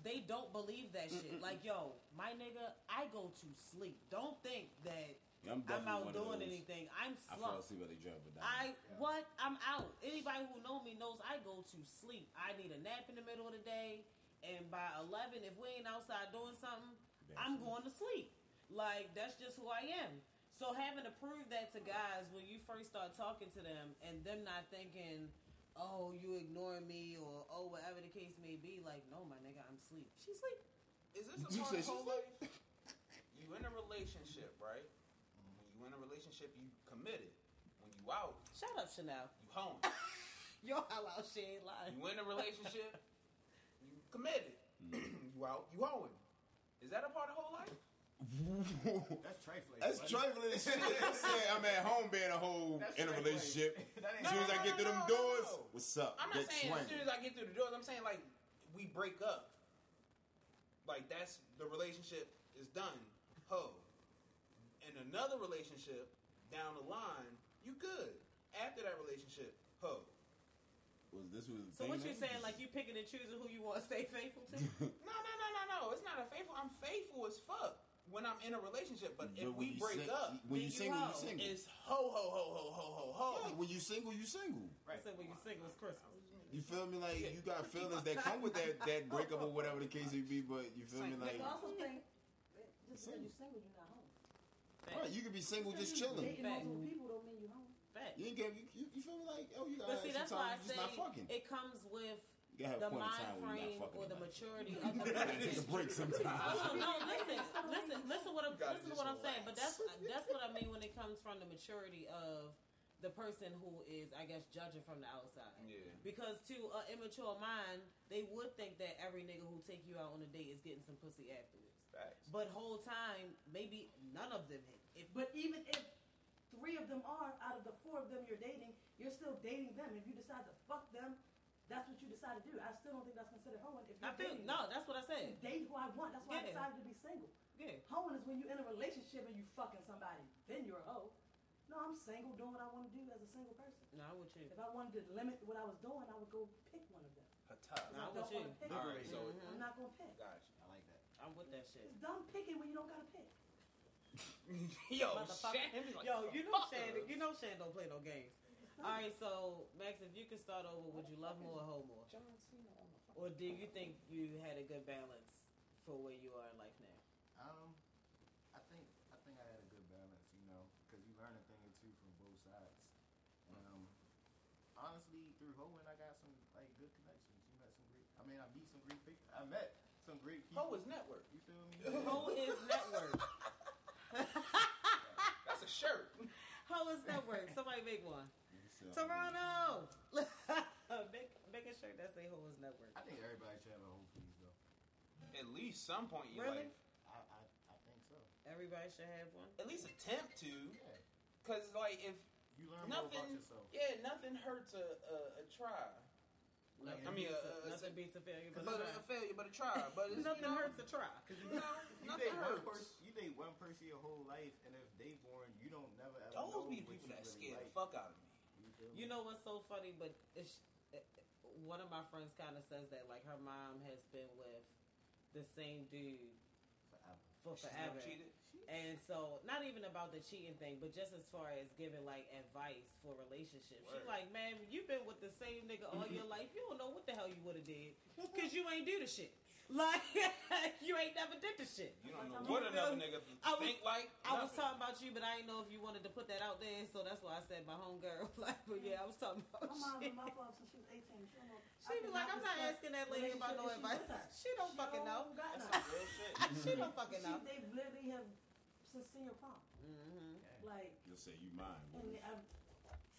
C: They don't believe that shit. Like, yo, my nigga, I go to sleep. Don't think that
B: I'm
C: I'm
B: definitely
C: out
B: one of
C: doing
B: those.
C: anything. I'm
B: I fell
C: slumped.
B: asleep at the job, but nah.
C: I what? I'm out. Anybody who know me knows I go to sleep. I need a nap in the middle of the day. and by eleven, if we ain't outside doing something, I'm going to sleep. Like that's just who I am. So having to prove that to guys when you first start talking to them and them not thinking, oh, you ignoring me or oh, whatever the case may be, like, no, my nigga, I'm sleep. She sleep.
D: Is this a
B: You
D: part
B: said
D: of
B: she's
D: whole life? You in a relationship, right? When you in a relationship, you committed. When you out,
C: Shut up, Chanel.
D: you home.
C: Yo, how loud she ain't lying.
D: You in a relationship, you committed.
B: Mm.
D: you out, you hoeing. Is that a part of whole life?
H: That's trifling.
B: That's trifling as shit. They say I'm at home being a whole
H: That's
B: in a
H: right,
B: relationship.
H: right. That ain't-
B: As soon as
D: No,
B: I
D: no,
B: get
D: no,
B: through them
D: no, no,
B: doors,
D: no.
B: what's up?
D: I'm not
B: Get
D: saying as
B: swinging.
D: soon as I get through the doors, I'm saying like we break up. Like that's the relationship is done. Ho. In another relationship down the line, you good. After that relationship, ho.
B: Was this was the
C: So
B: thing
C: what you're
B: then?
C: saying, like you picking and choosing who you want to stay faithful to?
D: No, no, no, no, no. It's not a faithful. I'm faithful as fuck when I'm in a relationship. But if
B: But when
D: we
B: you
D: break
B: sing-
D: up,
B: when you
C: then you
B: single, you
C: hoe.
B: single.
D: it's ho, ho, ho, ho, ho, ho, ho.
B: Yeah, when you single, you single.
C: I said when you single, it's Christmas.
B: You feel me? Like you got feelings that come with that that breakup or whatever the case may be. But you feel me?
D: Same.
B: Like
E: I also think that just because
B: Single.
E: you're single, you're not home.
B: all right, you could be single just chilling.
E: Dating multiple people don't mean you're home.
C: Fact.
B: You ain't get you, you, you feel me? Like oh, you got
C: But see, that's
B: sometimes
C: why I
B: you just
C: say
B: not fucking.
C: it comes with
B: You gotta have
C: the
B: a point in
C: mind
B: time when you're
C: frame
B: not fucking.
C: or the
B: nobody.
C: maturity of the
B: You gotta take a
C: person.
B: break sometimes.
C: No, no, listen, listen, listen. What I'm
D: gotta
C: listen to what I'm
D: just
C: saying, but that's that's what I mean when it comes from the maturity of the person who is, I guess, judging from the outside.
D: Yeah.
C: Because to an immature mind, they would think that every nigga who take you out on a date is getting some pussy afterwards.
D: Facts.
C: But whole time, maybe none of them. hit. If
E: But even if three of them are out of the four of them you're dating, you're still dating them. If you decide to fuck them, that's what you decide to do. I still don't think that's considered hoeing. If
C: I
E: you're
C: feel
E: dating
C: no, that's what I said.
E: them. date who I want. That's why I
C: Yeah.
E: decided to be single.
C: Yeah.
E: Hoeing is when you're in a relationship and you fucking somebody, then you're a hoe. No, I'm single doing what I want to do as a single person.
C: No, I with you.
E: If I wanted to limit what I was doing, I would go pick one of them.
D: Her tough.
C: Nah, I
E: I don't
C: with you.
E: want to pick.
D: All right, so
E: I'm not gonna pick.
D: got
H: I like that.
C: I'm with that shit.
E: It's dumb picking when you don't gotta pick.
D: you. Mm-hmm. Yo, Shannon be
C: Motherfucker.
D: like,
C: Yo, you know
D: "Fuck
C: Shannon.
D: her."
C: You know Shannon don't play no games. All right, so Max, if you could start over, would you love more or hoe more,
D: John Cena on the
C: or
D: fucking-
C: do you think you had a good balance for where you are in life now?
H: Um, I think I think I had a good balance, you know, because you learn a thing or two from both sides. And, um, honestly, through Hoeing, I got some like good connections. You met some great. I mean, I meet some great people. I met some great people.
D: Ho is network.
H: You feel me?
C: Hoe is network.
D: That's a shirt.
C: Hoe is network. Somebody make one.
H: So,
C: Toronto. make make a shirt that say Hoe is network.
H: I think everybody should have a whole please though.
D: At least some point in your
C: Really?
D: life.
H: I, I I think so.
C: Everybody should have one.
D: At least attempt to.
H: Yeah,
D: Because, like, if
H: you learn more about
D: nothing.
H: yourself.
D: Yeah, nothing hurts a, a, a try.
C: Nothing
D: I mean,
C: beats a,
D: uh, uh,
C: nothing beats a failure but a
D: But uh, a,
C: try.
D: failure, but a try. But it's,
C: Nothing
D: you know,
C: hurts a try.
D: No,
H: You date
D: nothing
H: one
D: hurts.
H: person. You date one person your whole life, and if they born, you don't never ever. know
D: Those be the
H: what
D: people
H: you
D: that
H: really
D: scare
H: like.
D: the fuck out of me.
H: feel me?
C: You know what's so funny, but it's, uh, one of my friends kind of says that like her mom has been with the same dude
H: Forever.
C: for
D: She's
C: forever,
D: never cheated.
C: and so not even about the cheating thing, but just as far as giving like advice for relationships.
D: Word.
C: She's like, man, you've been with the same nigga all your life. You don't know what the hell you would have did because you ain't do the shit. Like you ain't never did the shit.
D: You don't know what another nigga
C: I was-
D: think like.
C: I was
D: nothing.
C: talking about you, but I didn't know if you wanted to put that out there, so that's why I said my homegirl. Like, but yeah, I was talking
E: My
C: about
E: mom
C: shit.
E: been my father since she was 18. She don't know.
C: She be
E: I
C: like, I'm not
E: discuss
C: asking that lady about no
E: relationship
C: advice.
E: issues with her.
C: She don't fucking know.
E: Don't got
D: That's
E: none.
D: some real shit.
C: She don't fucking
E: She-
C: know.
E: They literally have since senior prom.
C: Mm-hmm.
E: Like,
B: You'll say you mine
E: and
B: baby,
E: they, um,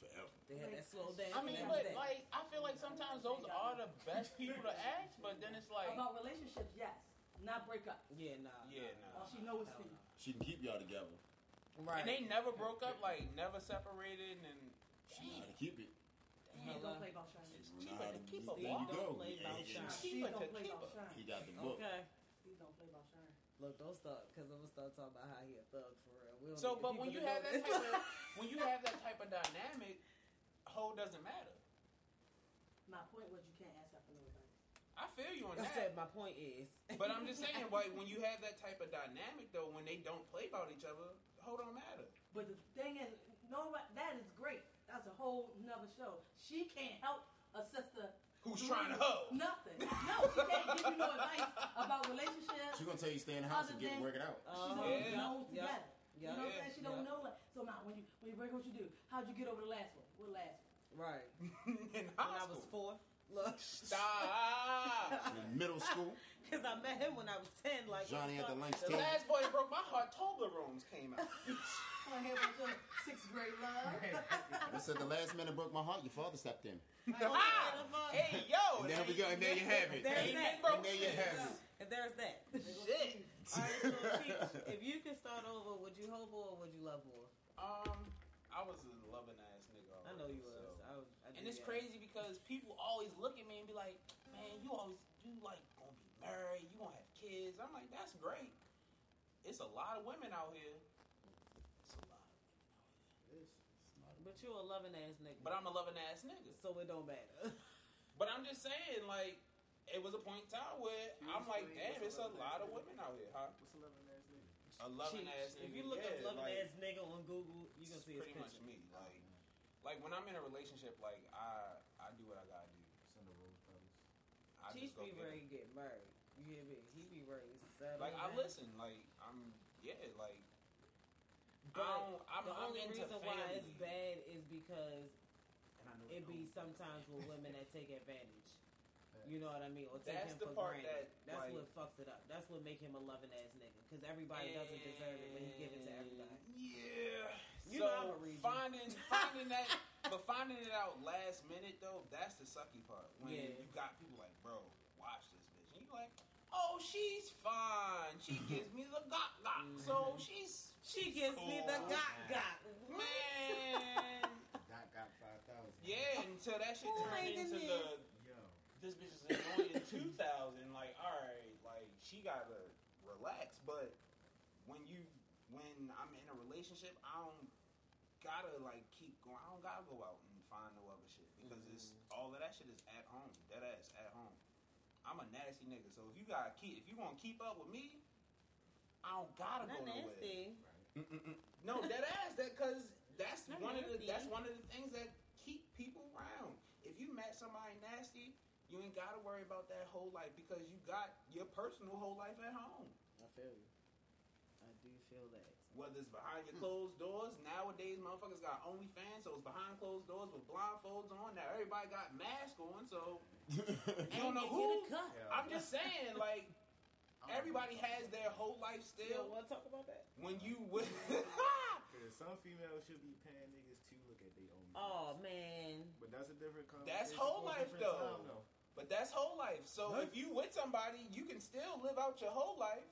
B: forever.
C: They had that slow dance.
D: I
C: and
D: mean, but
C: everything.
D: like, I feel like sometimes those are the best people to ask, but then it's like,
E: about relationships, yes. Not break up.
C: yeah, nah.
D: yeah, no.
E: Well, she knows it's
C: Hell
E: for you.
B: She can keep y'all together.
C: Right.
D: And they never broke up, like never separated, and
B: She know how to keep it.
E: She
C: Hello.
E: don't play about Shiny.
B: She
D: She
B: know how
D: better
B: to
D: keep
B: there
D: a
B: you
D: walk.
B: go.
C: Play
B: Yeah,
C: bout
B: she-
C: shine.
E: She
D: keep it to
E: don't play
D: keep
E: about
D: it.
B: He
E: Shiny.
B: got the book.
C: okay.
E: She don't play about Shiny.
C: Look, don't start, because I'm going to start talking about how he a thug for real. We don't
D: So,
C: need
D: but
C: people
D: when you
C: to
D: have
C: know
D: that
C: this.
D: type of, when you have that type of dynamic, whole doesn't matter.
E: My point was you can't ask her for no advice.
D: I feel you on
C: I said,
D: that.
C: my point is.
D: But I'm just saying, like, when you have that type of dynamic, though, when they don't play about each other, whole don't matter.
E: But the thing is, no, what? That is great. That's a whole nother show. She can't help a sister
D: Who's
E: do
D: trying to hoe?
E: Nothing. No, she can't give you you advice about relationships.
B: She's gonna tell you stay in the house and get work it out.
E: she
C: Uh-huh.
E: don't
D: Yeah.
E: know
C: Yeah.
E: together. You know
C: Yeah.
E: what I'm saying? She don't
C: Yeah.
E: know like so now when you when you break up what you do. How'd you get over the last one? What last one?
C: Right.
D: in
C: When
D: high
C: I was four.
D: school.
C: Look.
D: Stop.
B: In middle school,
C: Because I met him when I was 10. Like,
B: Johnny at the lunch
D: the
B: table.
D: last boy that broke my heart, Toblerones came out.
E: Wanna hear about your sixth grade love?
B: I said the last minute broke my heart. Your father stepped in.
D: Ah! hey yo.
B: And there we go. And there you have it.
C: There's
B: And
C: that.
B: there you have
C: And there's that. All right,
D: Shit.
C: so Cheech,
B: it.
C: if you could start over, would you hope more or would you love more?
D: Um, I was a loving ass nigga. Already,
C: I know you was.
D: so.
C: I was I did
D: And it's
C: that.
D: crazy because people always look at me and be like, "Man, you always you like gonna be married, you gonna have kids." I'm like, "That's great." It's a lot of women out here. It's a lot.
C: But you a loving ass nigga.
D: But I'm a loving ass nigga.
C: so it don't matter.
D: But I'm just saying, like, it was a point in time where I'm like, "Damn, it's a lot of women out here, huh?"
H: What's the loving ass nigga?
D: A loving
C: Cheech,
D: ass nigga.
C: If you look up
D: yeah,
C: loving
D: like,
C: ass nigga on Google, you gonna
D: it's
C: see his
D: pretty much
C: picture.
D: me. Like, like when I'm in a relationship, like I I do what I gotta do.
H: Send the rose petals.
D: I
C: Cheech
D: just go
C: be
D: get it.
C: ready to get married. You hear me? He be ready to settle
D: Like I
C: down.
D: listen, like I'm yeah, like
C: But
D: I don't, I'm,
C: the
D: I'm
C: only
D: into
C: reason why
D: family.
C: it's bad is because
D: And I know
C: it be sometimes with women that take advantage. You know what I mean? Or take
D: That's
C: him
D: the
C: for
D: part
C: granted.
D: that,
C: That's
D: like-
C: what fucks it up. That's what make him a loving ass nigga. Because everybody doesn't deserve it when you give it to everybody.
D: Yeah.
C: You
D: so
C: know I'ma read you.
D: finding finding that, but finding it out last minute though, that's the sucky part. When
C: Yeah.
D: you got people like, bro, watch this bitch, and you like, oh, she's fine. She gives me the got got, so she's
C: Mm-hmm. She gives me
D: cool.
C: the got got.
D: man.
H: Dot got five thousand.
D: yeah, until that shit
C: Oh my
D: turned into
C: goodness.
D: the
H: Yo.
D: this bitch is annoying in 2000 like all right like she gotta relax but when you when i'm in a relationship i don't gotta like keep going i don't gotta go out and find no other shit because it's
C: Mm-hmm.
D: all of that shit is at home that ass at home i'm a nasty nigga so if you gotta keep if you gonna keep up with me i don't gotta
C: Not
D: go nowhere
C: nasty.
D: no, that ass that because that's
C: Not
D: one of the
C: nasty.
D: that's one of the things that keep people around. If you met somebody nasty, you ain't gotta worry about that whole life because you got your personal whole life at home.
C: I feel you. I do feel that.
D: Whether it's behind your closed doors, nowadays motherfuckers got OnlyFans, so it's behind closed doors with blindfolds on. Now everybody got masks on, so you don't know who.
C: Get a cut.
H: Yeah.
D: I'm just saying, like everybody has their whole life
C: Yo,
D: still.
C: want to talk about that?
D: When you with,
H: Cause some females should be paying niggas to look at their own.
C: Oh man.
H: But that's a different conversation.
D: That's whole
H: for a
D: life,
H: different
D: though.
H: time, though.
D: But that's whole life. So if you with somebody, you can still live out your whole life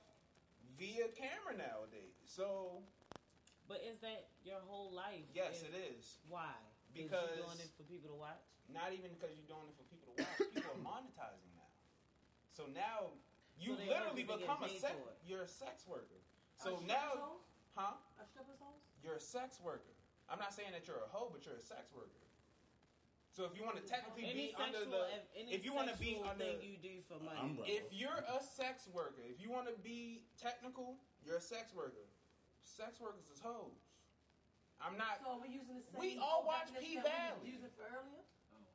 D: via camera nowadays. So
C: But is that your whole life?
D: yes,
C: Is-
D: it is.
C: Why?
D: Because-
C: is you doing it for people to watch.
D: Not even because you're doing it for people to watch. people are monetizing now. So now you
C: So they
D: literally
C: already been
D: become a
C: getting paid
D: sex.
C: for it. Oh,
D: You're a sex worker.
E: Are
D: So
E: strippers
D: now,
E: hoes?
D: huh?
E: Are strippers hoes?
D: You're a sex worker. I'm not saying that you're a hoe, but you're a sex worker. So if you want to technically
C: Any
D: be
C: sexual,
D: under the,
C: any
D: if you want to be
C: sexual
D: under,
C: thing you do for money.
B: I'm right.
D: If you're a sex worker, if you want to be technical, you're a sex worker. Sex workers is hoes. I'm not.
E: So we're using the same
D: We all watch
E: definition that
D: P-Valley.
E: we was Using for earlier.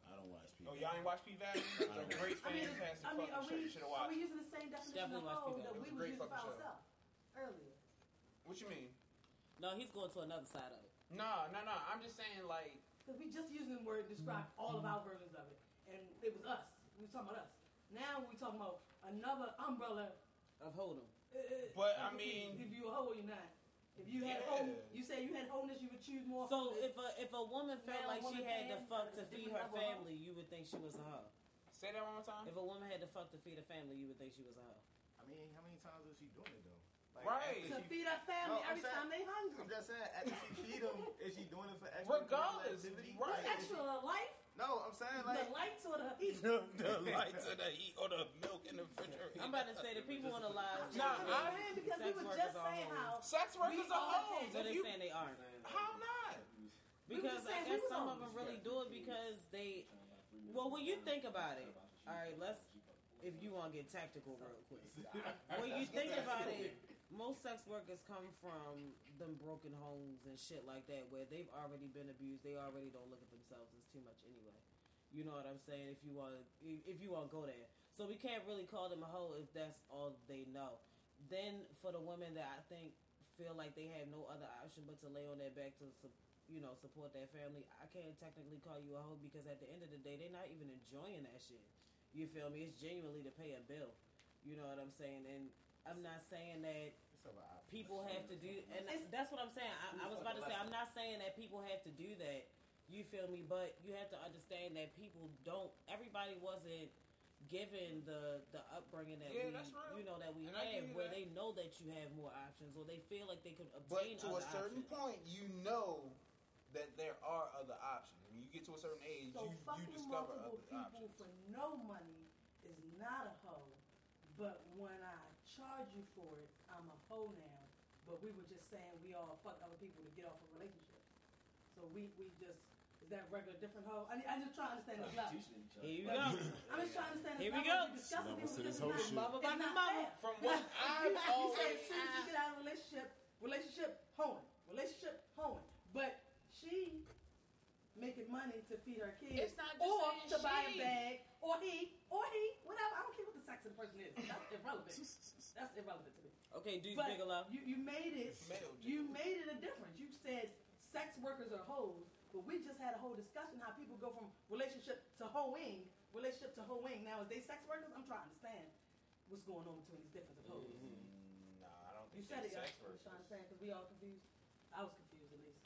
B: I don't watch people.
D: Oh, y'all ain't watch P Valley? It's a great
E: I mean,
D: fan, fantastic
E: I mean, are
D: fucking show. You
E: we,
D: should have
E: are we
D: watched.
E: using the same definition
C: Definitely
E: of
C: watch
E: hoe
C: P-Valley.
E: that
D: It
E: we
D: was a
E: were
D: great
E: using for
D: fucking show.
E: ourselves earlier?
D: What you mean?
C: No, he's going to another side of it.
D: Nah, nah, nah. I'm just saying, like,
E: Because we just using the word to describe all of our versions of it. And it was us. We were talking about us. Now we're talking about another umbrella.
C: Of Hold'em.
E: uh,
D: But, I
E: if you-
D: mean-
E: If you a hoe or you're not. If you had
D: Yeah.
E: home, you say you had homeness, you would choose more.
C: So
E: homeness.
C: if a if a woman felt
E: Male
C: like she
E: woman
C: had to
E: man,
C: fuck
E: it's
C: to
E: a
C: feed
E: different
C: her
E: level.
C: family, you would think she was a hoe.
D: say that one more time.
C: If a woman had to fuck to feed her family, you would think she was a hoe.
H: I mean, how many times is she doing it though? Like, after
D: Right.
E: to
H: she-
E: feed our family
H: No, I'm
E: every
H: saying-
E: time they hungry.
H: I'm just saying, after she feed them, is she doing it for extra
D: Regardless,
H: curricular activity?
D: right.
H: Like, is she-
E: Extra life,
H: No, I'm saying like
E: the lights or the heat.
D: the lights or the heat or the milk in the refrigerator.
C: I'm about to say the people on the live.
D: Nah, I-
E: because we
C: Sex
E: were
C: workers
E: just
C: are
E: saying
C: hoes.
E: how
D: Sex workers
E: We
D: are
E: all
D: hoes.
C: So
D: If
C: they
D: you,
C: saying they aren't.
D: how not?
C: Because
E: just
C: I
E: saying
C: guess
E: we
C: some of
E: was
C: them
E: hoes.
C: really do it because they. Well, when you think about it, all right, let's. If you want to get tactical real quick, when you think about it, most sex workers come from them broken homes and shit like that, where they've already been abused. They already don't look at themselves as too much anyway. You know what I'm saying? If you want, if you want to go there, So we can't really call them a hoe if that's all they know. Then for the women that I think feel like they have no other option but to lay on their back to, su- you know, support their family, I can't technically call you a hoe because at the end of the day, they're not even enjoying that shit. You feel me? It's genuinely to pay a bill. You know what I'm saying? And I'm not saying that
H: It's about options.
C: people have to do, and that's what I'm saying. I, I was about to say, I'm not saying that people have to do that. You feel me? But you have to understand that people don't. Everybody wasn't given the the upbringing that
D: Yeah,
C: we,
D: that's real.
C: you know, that we
D: And I give
C: have,
D: you
C: where
D: that.
C: they know that you have more options, or they feel like they could obtain
D: But to
C: other
D: a certain
C: options.
D: point, you know that there are other options. When you get to a certain age,
E: So
D: you,
E: fucking
D: you discover
E: multiple
D: other
E: people
D: options.
E: for no money is not a hoe. But when I charge you for it, I'm a hoe now. But we were just saying we all fuck other people to get off of relationships. So we we just is that regular different hoe? I mean, I'm just trying to understand this level.
F: Constitution each other.
C: Here you go.
E: I'm just trying to understand this
C: Here we
E: level.
C: go.
E: We're discussing
B: Level
E: this
B: to
E: because
B: this hoe
E: it's
B: shit.
E: not,
C: Mother by
E: it's
C: the
E: not
C: mother.
E: fair.
D: From what I've
E: You said
D: always,
E: as soon as you get out of a relationship, relationship hoeing, relationship hoeing. But she making money to feed her
D: It's
E: kids,
D: not just
E: or
D: saying
E: to buy a
D: she.
E: bag, or he, or he, whatever. I don't care what the sex of the person is. That's irrelevant. That's irrelevant to me.
C: Okay, Deuce
E: But
C: Bigelow.
E: you, you made it.
D: Um, Male
E: You made it a difference. You said sex workers are hoes, but we just had a whole discussion how people go from relationship to hoeing, relationship to hoeing. Now is they sex workers? I'm trying to understand what's going on between these difference of hoes.
D: Mm-hmm. nah, I don't think
E: You said it,
D: that's sex
E: y'all. I was trying to
D: workers.
E: say because we all confused. I was confused at least.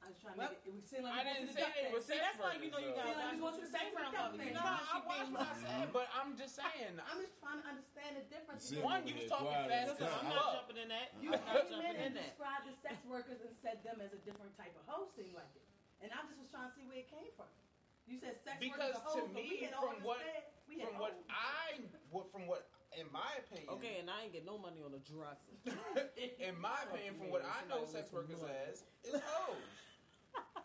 E: I was trying to
C: Well,
E: make it. It would seem like
D: I
E: we went
D: didn't
E: to
D: say
E: the duck
D: they were
E: tank.
C: See,
D: sex
C: that's why
D: workers.
C: you know you
D: though.
E: Feel like
C: got
E: you
C: to
E: want
C: watch
E: to
C: the
E: say
C: background
E: something.
C: of it. You know how
D: Nah, I
C: she
D: watched
C: being
D: what I said, but I'm just saying.
E: I'm just trying to understand the difference.
B: Sit
D: One,
B: over
D: you was
B: there
D: talking
B: quiet as
D: fast as
C: Listen, I'm
B: hell.
D: fuck.
C: not jumping in that.
E: You
C: I'm not
E: came in
C: jumping in
E: and
C: that.
E: described the sex workers and said them as a different type of hoe. Seemed like it, and I just was trying to see where it came from. You said sex
D: Because
E: workers are hoes,
D: to
E: but we
D: me,
E: had all
D: from what-
E: understand- we had
D: From what
E: hoes.
D: I, what from what, in my opinion,
C: Okay, and I ain't get no money on the dresser.
D: in my opinion, from what I know, sex workers as is hoes.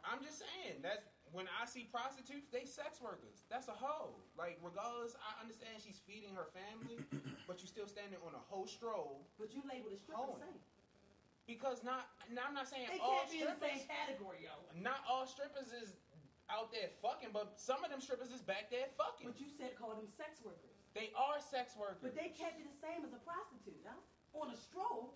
D: I'm just saying that's when I see prostitutes, they sex workers. That's a hoe. Like regardless, I understand she's feeding her family, but you still standing on a hoe stroll
E: but you labeled a stripper
D: Hoeing.
E: the same.
D: because not. Now I'm not saying
E: They
D: all
E: can't be in the
D: strippers.
E: same category, yo.
D: Not all strippers is out there fucking, but some of them strippers is back there fucking.
E: But you said call them sex workers,
D: they are sex workers.
E: but they can't be the same as a prostitute, yo. On a stroll,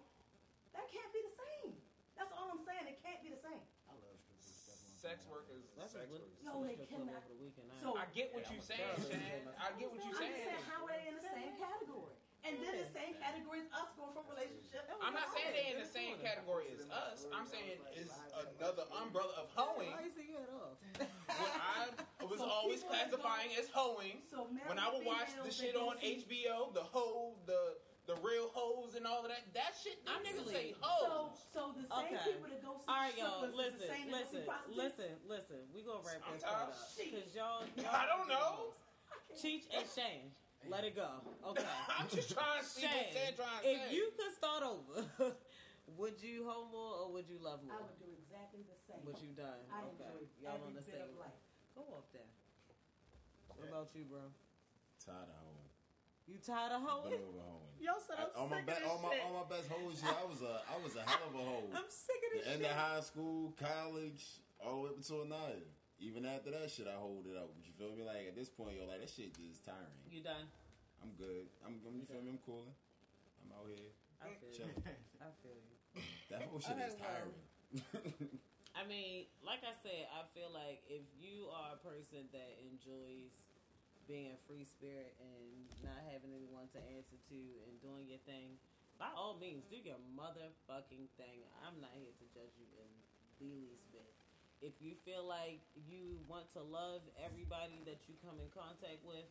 E: that can't be the same. That's all I'm saying. It can't be the same.
H: I love strippers. That's one thing
D: sex
H: I love.
D: workers. is
C: That's
D: sex
C: what
D: workers.
E: No, they cannot.
C: Over the weekend, I-
E: So
D: I get what you saying, Shan. I get what you
E: I'm just
D: saying.
E: saying, how are they in the same category? And then the same category as us going from relationship.
D: I'm not saying they in the same category as us. I'm saying is another umbrella of hoeing.
C: Why is he head off?
D: What I was always classifying as hoeing.
E: So male
D: When I would
E: and
D: watch
E: female,
D: the
E: they
D: shit
E: can
D: on
E: see-
D: HBO, the hoe, the the real hoes and all of that, that shit, them niggas say
E: So,
D: hoes.
E: so the same
C: Okay.
E: people that go see
C: All right, y'all.
E: strippers is the
C: Listen,
E: same that go see
C: listen,
E: prostitutes?
C: listen, listen. We gonna wrap
D: I'm
C: this
D: tired.
C: part up because y'all, y'all.
D: I don't know.
E: I can't-
C: Cheech and Shane, let it go. Okay.
D: I'm just trying to see what
C: Shane,
D: they're trying to
C: if
D: say.
C: you could start over, would you hold more or would you love more?
E: I would do exactly the same.
C: But you done.
E: I
C: okay.
E: enjoy
C: Y'all
E: every
C: on the
E: bit
C: same.
E: of life.
C: Go up there. What about you, bro?
B: Tired of hoeing.
C: You tired of hoeing?
B: Been over hoeing.
C: Y'all said I'm
B: uh, I- on my
C: sick of
B: be-
C: this
B: on my
C: shit.
B: on my best hoes, yeah, I was a I was a hell of a hoe.
C: I'm sick of this
B: The end
C: shit.
B: of high school, college, all the way up until now. Even after that shit, I hold it out. You feel me? Like at this point, yo, like that shit is tiring.
C: you done?
B: I'm good. I'm, I'm you feel me? I'm cooling. I'm out here.
C: I feel you.
B: Chilling.
C: I feel you.
B: That whole shit is
C: Okay, well.
B: tiring.
C: I mean, like I said, I feel like if you are a person that enjoys being a free spirit and not having anyone to answer to and doing your thing, by all means, do your motherfucking thing. I'm not here to judge you in the least bit. If you feel like you want to love everybody that you come in contact with,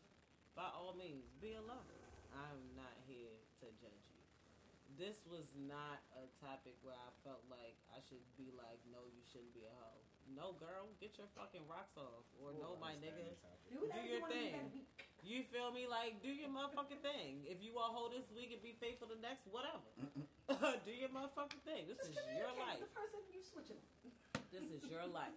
C: by all means, be a lover. I'm not here to judge you this was not a topic where I felt like I should be like, no, you shouldn't be a hoe. No, girl, get your fucking rocks off. Or no, my nigga.
E: Do whatever
C: your
E: you want to do
C: thing.
E: that week.
C: You feel me? Like, do your motherfucking thing. If you want hoe this week and be faithful the next, whatever. do your motherfucking thing. This is
E: Just
C: your
E: communicate
C: life.
E: with the person you switching. with.
C: This is your life.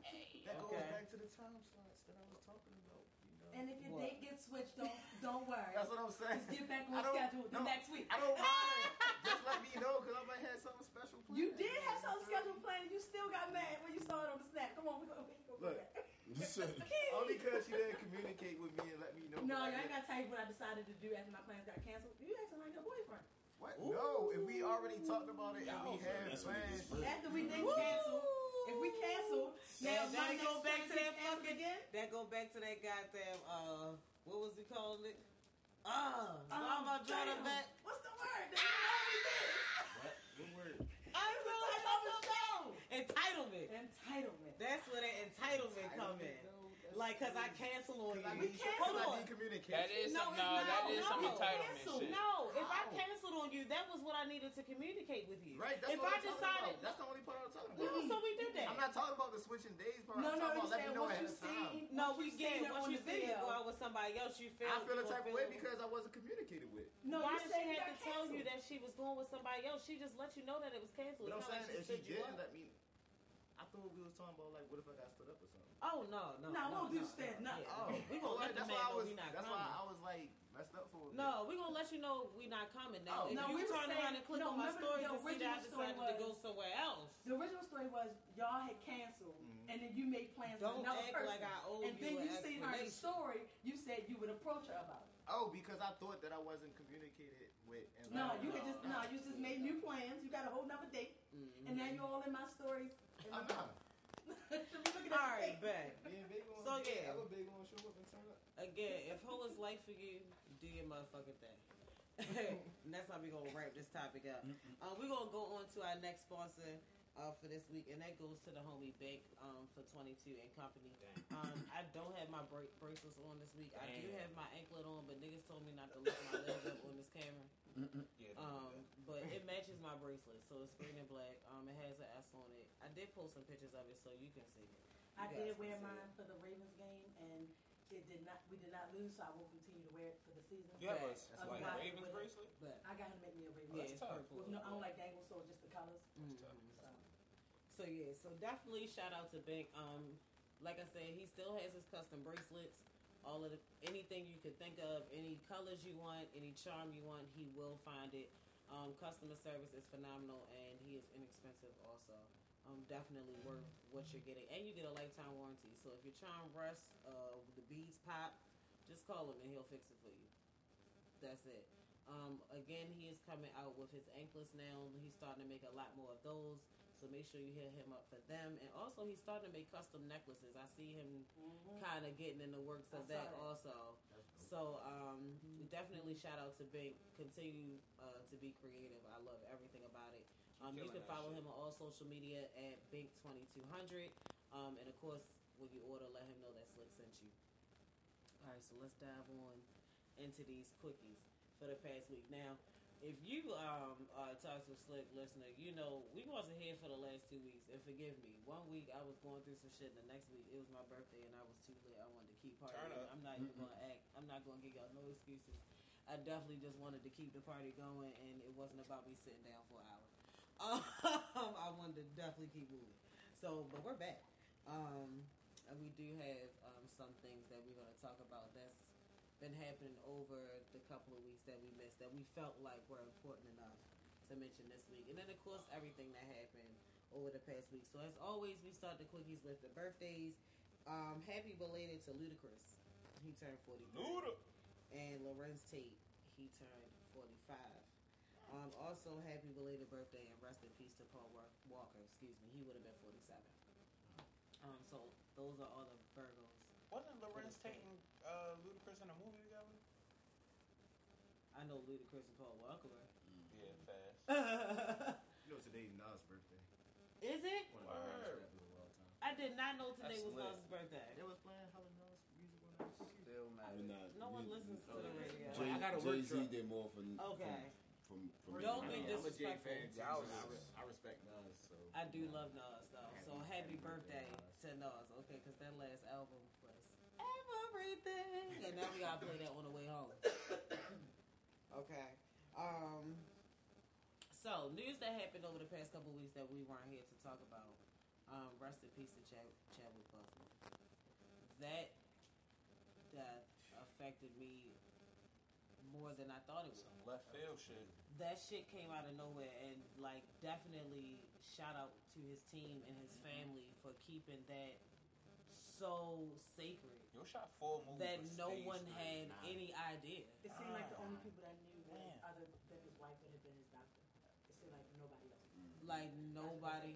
H: That goes
C: Okay.
H: back to the time slots that I was talking about. You know,
E: And if your
C: What?
E: date gets switched, don't don't worry.
H: that's what I'm saying.
E: Just get
H: I
E: back on
H: don't-
E: schedule
H: no,
E: the next week.
H: I don't mind. Just let me know because I might have something special planned.
E: You did have something scheduled planned. You still got mad when you saw it on the snap. Come on, we go. We go
H: Look.
E: back.
B: You said-
H: Only because she didn't communicate with me and let me know.
E: No,
H: like
E: y'all ain't
H: that.
E: got to tell you what I decided to do after my plans got canceled. You acting like a boyfriend.
H: What? No, if we already talked about it and we
D: Y'all
H: had
B: That's what it
H: plans.
B: is for.
E: After we didn't cancel, if we canceled, now
C: Now,
E: my
C: that go
E: next
C: back to that
E: plan is canceled
C: fucking
E: again.
C: That go back to that goddamn uh, what was he called it? Uh,
H: Um,
E: Oh,
C: I'm about to
E: damn.
C: back.
E: What's the word? That's
H: Ah!
E: what we did.
B: What? Good word.
C: I
E: Title of
C: know entitlement.
E: Entitlement.
C: That's where that entitlement come in. Like, cause I cancel on
H: we
C: you. Hold on.
H: canceled. Communication.
D: That is
C: No,
D: some,
C: it's
D: no,
C: not.
D: that is
C: no,
D: some
C: no,
D: entitlement
C: cancel.
D: shit.
C: No, if I
H: How?
C: canceled on you, that was what I needed to communicate with you.
H: Right. That's
C: if
H: what I'm
C: I
H: talking
C: decided,
H: about. That's the only part I'm talking
C: no,
H: about.
C: so we did that.
H: I'm not talking about the switching days part. I'm
E: No, no,
H: talking about
E: you
H: let me
E: saying
H: know
E: what
H: ahead
E: you
H: of time.
E: seen.
C: no,
E: what
C: we
E: you
C: get
E: seen her
C: what
E: on
C: you
E: the
C: did
E: video.
C: go out with somebody else. You feel
H: I feel the
C: you
H: type of
C: feel-
H: way because I wasn't communicated with.
E: No,
C: Why
E: you
C: did
E: said
C: she
E: you
C: have
E: got
C: to tell you
E: canceled.
C: that she was going with somebody else? She just let you know that it was canceled.
H: But I'm
C: It's
H: saying if
C: not like
H: she
C: stood you
H: didn't
C: up.
H: let me, I thought we was talking about like what if I got stood up or something.
C: Oh no, no,
E: No, I won't do stand nothing.
C: Yeah. We
H: Oh,
C: gonna let the
H: that's
C: man
H: why I
C: know
H: was.
C: we not
H: That's
C: coming.
H: why I was like messed up for. a bit.
C: No, we're gonna let you know we not coming now.
H: Oh.
C: If
E: No,
C: you
E: we were
C: turn around
E: saying-
C: and click
E: no,
C: on my
E: remember
C: stories
E: the
C: and see that I
E: original story
C: decided to go
E: was-
C: somewhere else.
E: The original story was y'all had canceled,
H: Mhm.
E: and then you made plans
C: Don't
E: with another
C: act
E: person.
C: like I owe
E: and
C: you
E: then
C: an
E: you seen her in the
C: explanation.
E: story. You said you would approach her about it.
H: Oh, because I thought that I wasn't communicated with. And
E: No,
H: like,
E: you had just no. You just made new plans. You got a whole nother date, and now you're all in my stories. And
H: Mm-hmm. I'm
E: my-
H: not.
E: Should we look at
C: All
E: the
C: right,
E: date?
C: back
H: Being big on.
C: So, yeah.
H: I'm a big on show up and turn up.
C: again. If hoe is life for you, do your motherfucking thing. and that's how we gonna wrap this topic up. Uh, we're gonna go on to our next sponsor uh, for this week, and that goes to the homie Bake um, for Twenty Two and Company. Um, I don't have my bra- bracelets on this week. I do
D: Damn.
C: have my anklet on, but niggas told me not to lift my leg up on this camera.
D: Yeah,
C: Um, but it matches my bracelet, so it's green and black. Um, it has an S on it. I did post some pictures of it, so you can see it. You
E: I
C: guys
E: did
C: can
E: wear
C: see
E: mine for the Ravens game, and it did not. We did not lose, so I will continue to wear it for the season.
D: you have a,
C: That's
D: like
E: why-
D: a Ravens bracelet?
C: it. But
E: I got him to make me a
D: Oh,
C: yeah,
E: Ravens.
D: that's
C: it's
D: tough.
C: purple.
E: With no, I don't like dangles, so just the colors.
D: Mm-hmm.
C: Mhm.
E: So.
C: So yeah, so definitely shout out to Bank. Um, like I said, he still has his custom bracelets. All of the, anything you could think of, any colors you want, any charm you want, he will find it. Um, customer service is phenomenal, and he is inexpensive also. Um, definitely worth what you're getting, and you get a lifetime warranty. So if your charm rusts, uh, the beads pop, just call him and he'll fix it for you. That's it. Um, again, he is coming out with his anklets now. He's starting to make a lot more of those. So make sure you hit him up for them. And also, he's starting to make custom necklaces. I see him
E: Mm-hmm. Mm.
C: kind of getting in the works of
E: I saw
C: that
E: that.
C: also. So um, definitely shout out to Bink. Continue uh, to be creative. I love everything about it. Um, you
D: killing
C: can
D: that
C: follow
D: shit.
C: him on all social media at Bink2200. Um, and of course, when you order, let him know that Slick sent you. All right, so let's dive on into these quickies for the past week. Now, if you um are a Talks with Slick listener, you know we wasn't here for the last two weeks. And forgive me, one week I was going through some shit. The next week it was my birthday and I was too lit. I wanted to keep
D: Turn
C: partying.
D: up.
C: I'm not even going to act. I'm not going to give y'all no excuses. I definitely just wanted to keep the party going, and it wasn't about me sitting down for an hour. Um, I wanted to definitely keep moving. So, but we're back. Um, and we do have um, some things that we're going to talk about that's been happening over the couple of weeks that we missed that we felt like were important enough to mention this week. And then, of course, everything that happened over the past week. So, as always, we start the quickies with the birthdays. Um, happy belated to Ludacris. He turned 43
D: Luda.
C: and Lorenz Tate. He turned 45. Um, also, happy belated birthday and rest in peace to Paul Wa- Walker. Excuse me, he would have been 47. Um, so those are all the Virgos.
D: Wasn't Lorenz Tate and uh, Ludacris in a movie together?
C: I know Ludacris and Paul Walker. were.
D: Yeah, fast.
H: You know today's Nas' birthday.
C: Is it?
H: One of the greatest rappers
D: Word.
H: of all time.
C: I did not know today
D: That's
C: was
D: lit.
C: Nas' birthday.
H: They was playing hella Nas music when I was a kid. Still
B: We're not-
C: No one
B: we-
C: listens to
B: okay.
C: the radio.
B: Jay,
D: I got a work
B: Jay-Z
D: truck.
B: did more from
C: Okay,
B: from, from, from
C: Don't be
B: Nas.
H: I'm
C: dis-
H: a Jay
C: disrespectful.
H: fan. too,
D: Yeah, I was-
H: so I, re- I respect Nas. So
C: I do love Nas though. So happy birthday to Nas. Okay, because that last album was everything, and now we gotta play that on the way home. Okay. Um. So news that happened over the past couple weeks that we weren't here to talk about. Um, rest in peace to Chad, Chadwick Boseman. That death affected me more than I thought it would.
D: Some left field shit.
C: that shit came out of nowhere and like definitely shout out to his team and his family for keeping that so sacred
D: Yo shot four movies.
C: that
D: with
C: no
D: Stage
C: one
D: Three,
C: had
D: nah.
C: any idea.
E: It seemed like the only
D: Ah.
E: people that knew was
D: Damn.
E: other than his wife and had been his doctor. It seemed like nobody else.
C: Like nobody.
E: Nobody.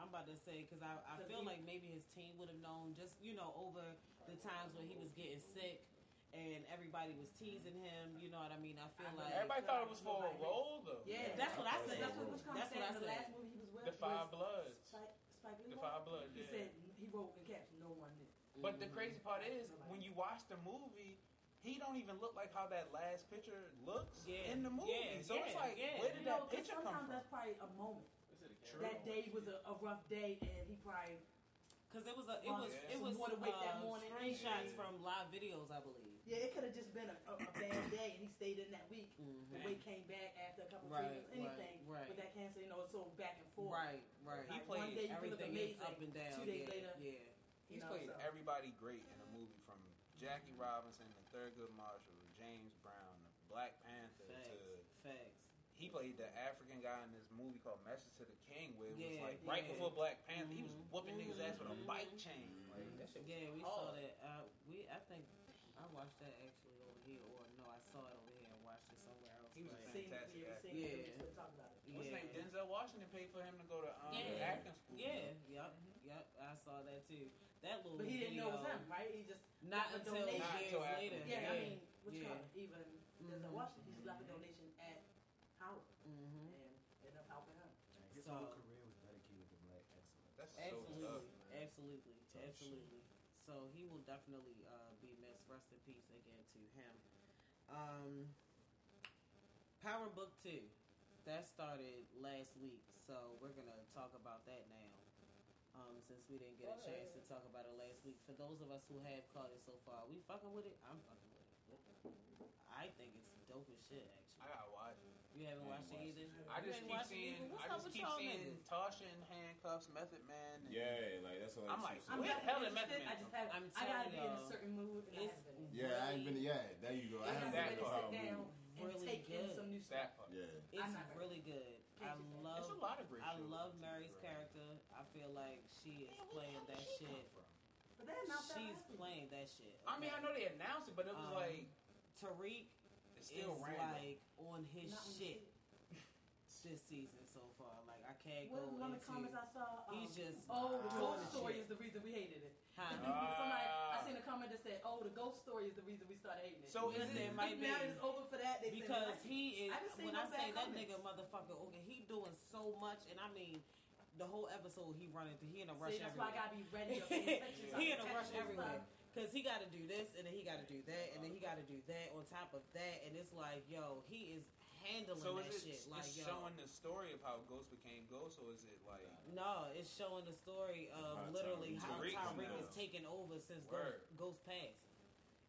C: I'm about to say because I, I
E: So
C: feel
E: he-
C: like maybe his team would have known just you know over the times when he was getting sick and everybody was teasing him. You know what I mean? I feel like
D: Everybody thought it was for a role though.
E: Yeah.
C: that's what I said.
E: Because that's what was
C: That's what I
E: The
C: said.
E: last movie he was with
D: The Five
E: was
D: Bloods.
E: Spike, Spike Lee.
D: The
E: one?
D: Five Bloods.
E: he
D: Yeah.
E: said he wrote in caps, no one knew.
D: But
C: "Mm-hmm."
D: the crazy part is, when you watch the movie, he don't even look like how that last picture looks
C: Yeah,
D: in the movie.
C: yeah,
D: so it's
C: yeah,
D: like,
C: yeah.
D: where
E: You
D: did
E: know,
D: that
E: 'cause
D: picture come from?
E: sometimes that's probably a moment.
F: Is it a
D: True.
F: camera?
E: That day was a, a rough day, and he probably
C: because it was a it was
D: Yeah.
C: it was
E: Wanted to wake
C: uh,
E: that morning.
C: screenshots
D: Yeah.
C: from live videos, I believe.
E: yeah, it could have just been a, a, a bad day, and he stayed in that week.
C: Mhm.
E: The way he came back after a couple of
C: Right,
E: treatments,
C: right,
E: anything
C: right.
E: with that cancer, you know, it's so back and forth.
C: Right, right.
E: Like,
D: played
E: one day you can look
C: Everything is
E: amazing,
C: up and down.
E: Two days
C: yeah,
E: later,
C: yeah.
E: you
D: He's
E: know,
D: played
E: so.
D: everybody great in a movie from Jackie Robinson to Thurgood Marshall to James Brown to Black Panther
C: Facts,
D: to
C: facts.
D: he played the African guy in this movie called Message to the King where it was
C: Yeah,
D: like right
C: yeah.
D: before Black Panther he was
C: Mhm.
D: whooping niggas ass with a
C: Mhm.
D: bike chain. Like that shit was
C: Yeah, we saw
E: Oh.
D: hard.
C: that. Uh, we I think I watched that actually over here, or no, I saw it over here and watched it somewhere else.
D: He was
C: but-
D: a
E: Seen,
D: Fantastic
E: yeah,
D: actor.
E: seen, yeah.
C: Yeah.
E: We're talking about it.
D: What's his name?
C: Yeah.
D: Denzel Washington paid for him to go to um,
C: Yeah.
D: acting school.
C: Yeah, yep, yep. I saw that too. That little
E: Mm-hmm. But he didn't know
C: video,
E: it was him, right? He just
C: Not
E: Not
C: until
E: until
C: years
D: after.
C: later.
E: yeah,
D: Yeah.
E: I mean, what you
C: Yeah.
E: call it? Even mm
C: Mhm.
E: Washington, he just left a donation at Howard
C: hmm
E: and ended up helping him.
H: And his
C: So-
H: whole career was dedicated to black excellence.
D: That's so
C: Absolutely,
D: tough. man.
C: absolutely,
H: Tough shit.
C: absolutely. So he will definitely uh, be missed. Rest in peace again to him. Um, Power Book Two, that started last week, so we're gonna talk about that now. Um, since we didn't get a chance to talk about it last week, for those of us who have caught it so far, we fucking with it. I'm fucking with it. I think it's dope as shit.
D: I
C: Actually,
D: gotta watch it.
C: you haven't
D: I
C: watched
D: haven't
C: it either.
D: I
C: You
D: just
C: ain't
D: keep
C: watched it either?
D: seeing,
C: What's
D: I
C: up
D: just
C: with
D: keep
C: y'all
D: seeing
C: niggas?
D: Tasha in handcuffs, Method Man. And
B: Yeah, like that's what
D: I'm
B: she
D: like,
B: said.
D: Where
E: I'm
D: the hell did Method Man come
E: interested, I just have.
C: I'm
E: I gotta
C: telling
E: be in a
C: y'all,
E: certain mood. And I
C: it's
E: haven't been.
B: yeah, I ain't been. Yeah, there you go.
E: I
B: haven't
E: gotta
D: that
E: be
B: seen Power
E: able to sit down and
C: Really
E: take in
C: good.
E: some new
D: It's that
E: stuff.
D: part.
B: Movie. Yeah.
C: It's
E: not ready.
C: really good. I
E: Can't you say-
D: It's
C: love
D: a lot of great
C: I
D: shows
C: love
D: on
C: Mary's
D: TV, bro.
C: character. I feel like she is
D: Man, where
C: playing
D: the
C: that
D: hell did she come
C: shit.
D: from?
E: But that's not that
C: She's
E: happy.
C: playing that shit.
D: I mean, I
C: okay?
D: know they announced it, but it was
C: Um,
D: like
C: Tariq
D: it's
C: is
D: still random.
C: like on his
E: Not when
C: shit
E: she-
C: this season so far. Like I can't
E: What
C: go
E: was one of the comments
C: into.
E: I saw? Um,
C: He's just
E: Oh, the
D: Ah.
E: ghost story
C: shit.
E: is the reason we hated it.
C: Huh?
E: Somebody, I
D: Ah.
E: seen a comment that said, "Oh, the ghost story is the reason we started hating it."
D: so is
C: Listen,
D: it?
C: my might
E: now
C: be.
E: it's over for that. They said
C: because
E: it.
C: he is
E: I just seen
C: when
E: no
C: I say
E: bad
C: that
E: comments.
C: nigga motherfucker okay he doing so much and I mean the whole episode he running through he in a rush
E: See, that's why
C: everywhere.
E: I gotta be ready. to
C: he in a rush everywhere because he got to do this and then he got to do that and then he got to do that on top of that and it's like yo he is handling
D: So
C: that
D: is it
C: shit like
D: it's
C: yo
D: showing the story of how Ghost became Ghost, or is it like
C: no it's showing the story of
B: How
C: literally
B: Tyreek
C: how Tyreek
D: Tyreek now.
C: is taking over since Ghost,
D: Word.
C: Ghost passed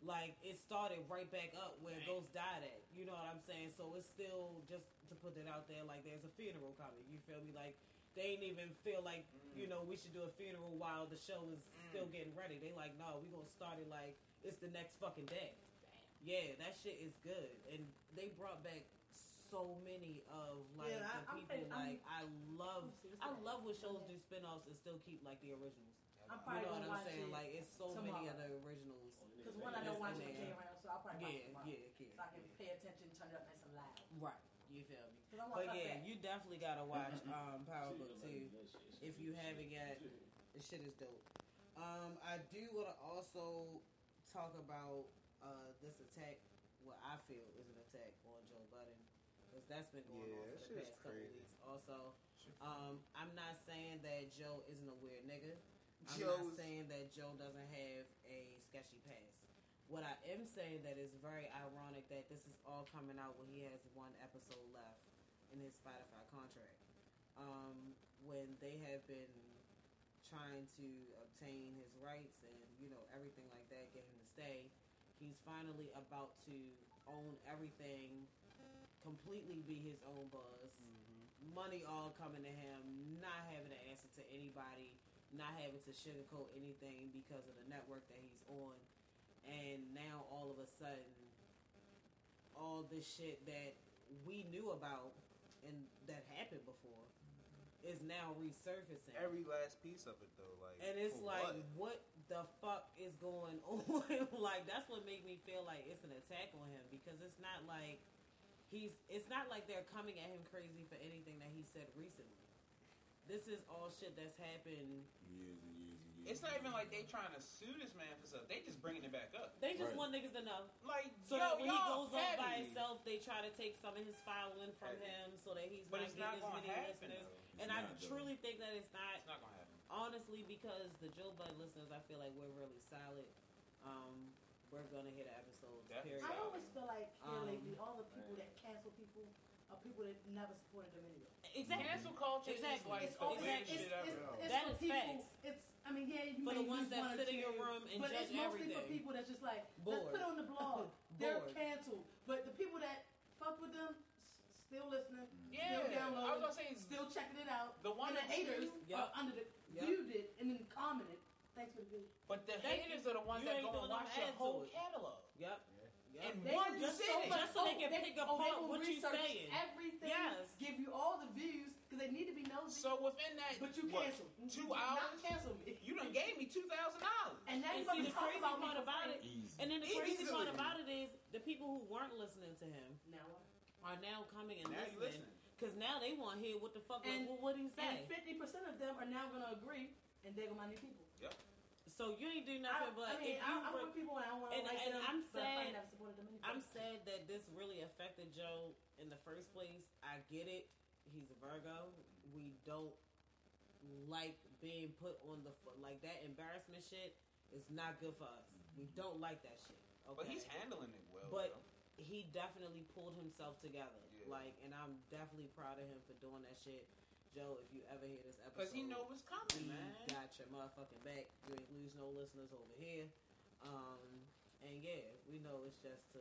C: like it started right back up where
D: Dang.
C: Ghost died at you know what I'm saying so it's still just to put that out there like there's a funeral coming you feel me like they ain't even feel like
D: Mm.
C: you know, we should do a funeral while the show is still getting ready. They like, no, we gonna start it like it's the next fucking day. Yeah, that shit is good, and they brought back so many of like
E: Yeah, I-
C: the
E: I'm
C: people.
E: fin- I'm-
C: like i love, I love when shows do spin-offs and still keep like the originals.
E: I'm
C: You
E: Probably
C: know what
E: gonna
C: I'm
E: watch
C: saying?
E: it
C: Like it's so many
E: tomorrow.
C: of the originals.
E: Because one, I don't watch it play around, so I'll probably
C: Yeah,
E: watch it tomorrow.
C: yeah, yeah.
E: So I can pay attention, turn it up nice and loud.
C: Right, you feel me?
E: Because I want
C: But
E: my
C: yeah,
E: back.
C: you definitely gotta watch um, Power
F: She
C: Book
F: look like
C: Two.
F: that shit. She
C: if
F: look
C: you
F: like
C: haven't
F: shit.
C: yet. The shit is dope. Um, I do want to also talk about uh, this attack. What I feel is an attack on Joe Budden because that's been going
H: Yeah,
C: on
H: that
C: for
H: shit
C: the
H: is
C: past couple
H: crazy.
C: weeks. Also, um, I'm not saying that Joe isn't a weird nigga. I'm not
H: Joe's-
C: saying that Joe doesn't have a sketchy past. What I am saying that is very ironic that this is all coming out when he has one episode left in his Spotify contract. Um, when they have been trying to obtain his rights and you know everything like that, get him to stay, he's finally about to own everything, completely be his own boss. Money all coming to him, not having to answer to anybody, not having to sugarcoat anything because of the network that he's on. And now all of a sudden, all this shit that we knew about and that happened before is now resurfacing.
D: every last piece of it though? Like
C: and it's
D: for
C: like,
D: what?
C: what the fuck is going on? like that's what made me feel like it's an attack on him because it's not like he's it's not like they're coming at him crazy for anything that he said recently. This is all shit that's happened.
B: Years and years and years.
D: It's not even like they trying to sue this man for stuff. They just bringing it back up.
C: They just
B: Right.
C: want niggas to know.
D: Like,
C: So
D: yo,
C: that when he
D: y'all
C: goes off by
D: petty.
C: himself, they try to take some of his following from
D: Petty.
C: him so that he's
D: But
C: not
D: it's
C: getting as
D: not gonna
C: many
D: happen.
C: listeners.
D: though.
C: And
B: It's
C: I
B: not, though.
C: truly think that it's not
D: It's not gonna happen.
C: honestly because the Joe Bud listeners, I feel like we're really solid. Um, we're gonna hit an episode.
D: Definitely.
C: Period.
E: I always feel like here
C: Um,
E: lately, all the people that cancel people are people that never supported them anyway.
C: Exactly.
D: Cancel culture is
C: Exactly.
D: like
E: It's
D: the
E: always
D: weird
E: it's, it's,
D: shit
E: it's,
D: ever.
E: it's
C: That
E: for
C: is
E: people.
C: facts.
E: It's I mean yeah, you
C: For
E: may
C: the ones
E: lose one
C: that
E: or
C: sit in your
E: two,
C: room and
E: but
C: judge
E: it's mostly for
C: everything.
E: people that's just like
C: Bored.
E: let's put it on the blog. They're
C: Bored.
E: canceled, but the people that fuck with them s- still listening,
B: Mm-hmm.
D: Yeah,
E: still downloading,
D: I was gonna say
C: Mm.
D: it's
E: still checking it out.
D: the one
E: and the
D: that
E: haters
C: Yep.
E: are under the
C: Yep.
E: viewed it and then commented. Thanks for the video.
D: But the
C: They-
D: haters are the ones
C: you
D: that
C: ain't
D: go
C: gonna
D: and watch
C: add
D: your
C: to
D: whole
C: it.
D: catalog.
C: Yep. Yep.
D: In
E: They
D: one
E: just
D: sitting.
E: so much
C: Just so they can pick
E: oh,
C: apart
E: will
C: what you
E: research
C: saying.
E: Everything.
C: Yes.
E: Give you all the views because they need to be nosy.
D: So within that,
E: but you
D: what,
E: cancel.
D: two
E: You
D: hours?
E: Not cancel me.
D: You done gave me two thousand dollars.
E: And now
C: And
E: you're
C: see,
E: going to
C: the
E: talk
C: crazy
E: about me
C: part
E: for
C: about
E: free.
C: it,
B: Easy.
C: and then the crazy
D: Easily.
C: part about it is the people who weren't listening to him
E: Now what?
C: are now coming and
D: Now you
C: listening
D: listening.
C: because now they want to hear what the fuck
E: And-
C: what, what he
E: And
C: say.
E: fifty percent of them are now going to agree, and they're going to new people.
C: So you ain't do
E: I,
C: nothing but
E: I mean,
C: if you
E: I, I'm
C: were-
E: with people, and I want to
C: and-
E: like
C: and
E: them,
C: I'm
E: but if I
C: sad-
E: never supported them anyway.
C: I'm sad that this really affected Joe in the first place. I get it. He's a Virgo. We don't like being put on the fo- like that embarrassment shit is not good for us. We don't like that shit. Okay.
D: Mm-hmm. But he's handling it well.
C: But-
D: though.
C: he definitely pulled himself together.
D: Yeah.
C: Like, and I'm definitely proud of him for doing that shit. Joe, if you ever hear this episode,
D: cause he know what's
C: we
D: coming, man.
C: got your motherfucking back. You ain't lose no listeners over here. Um, and yeah, we know it's just to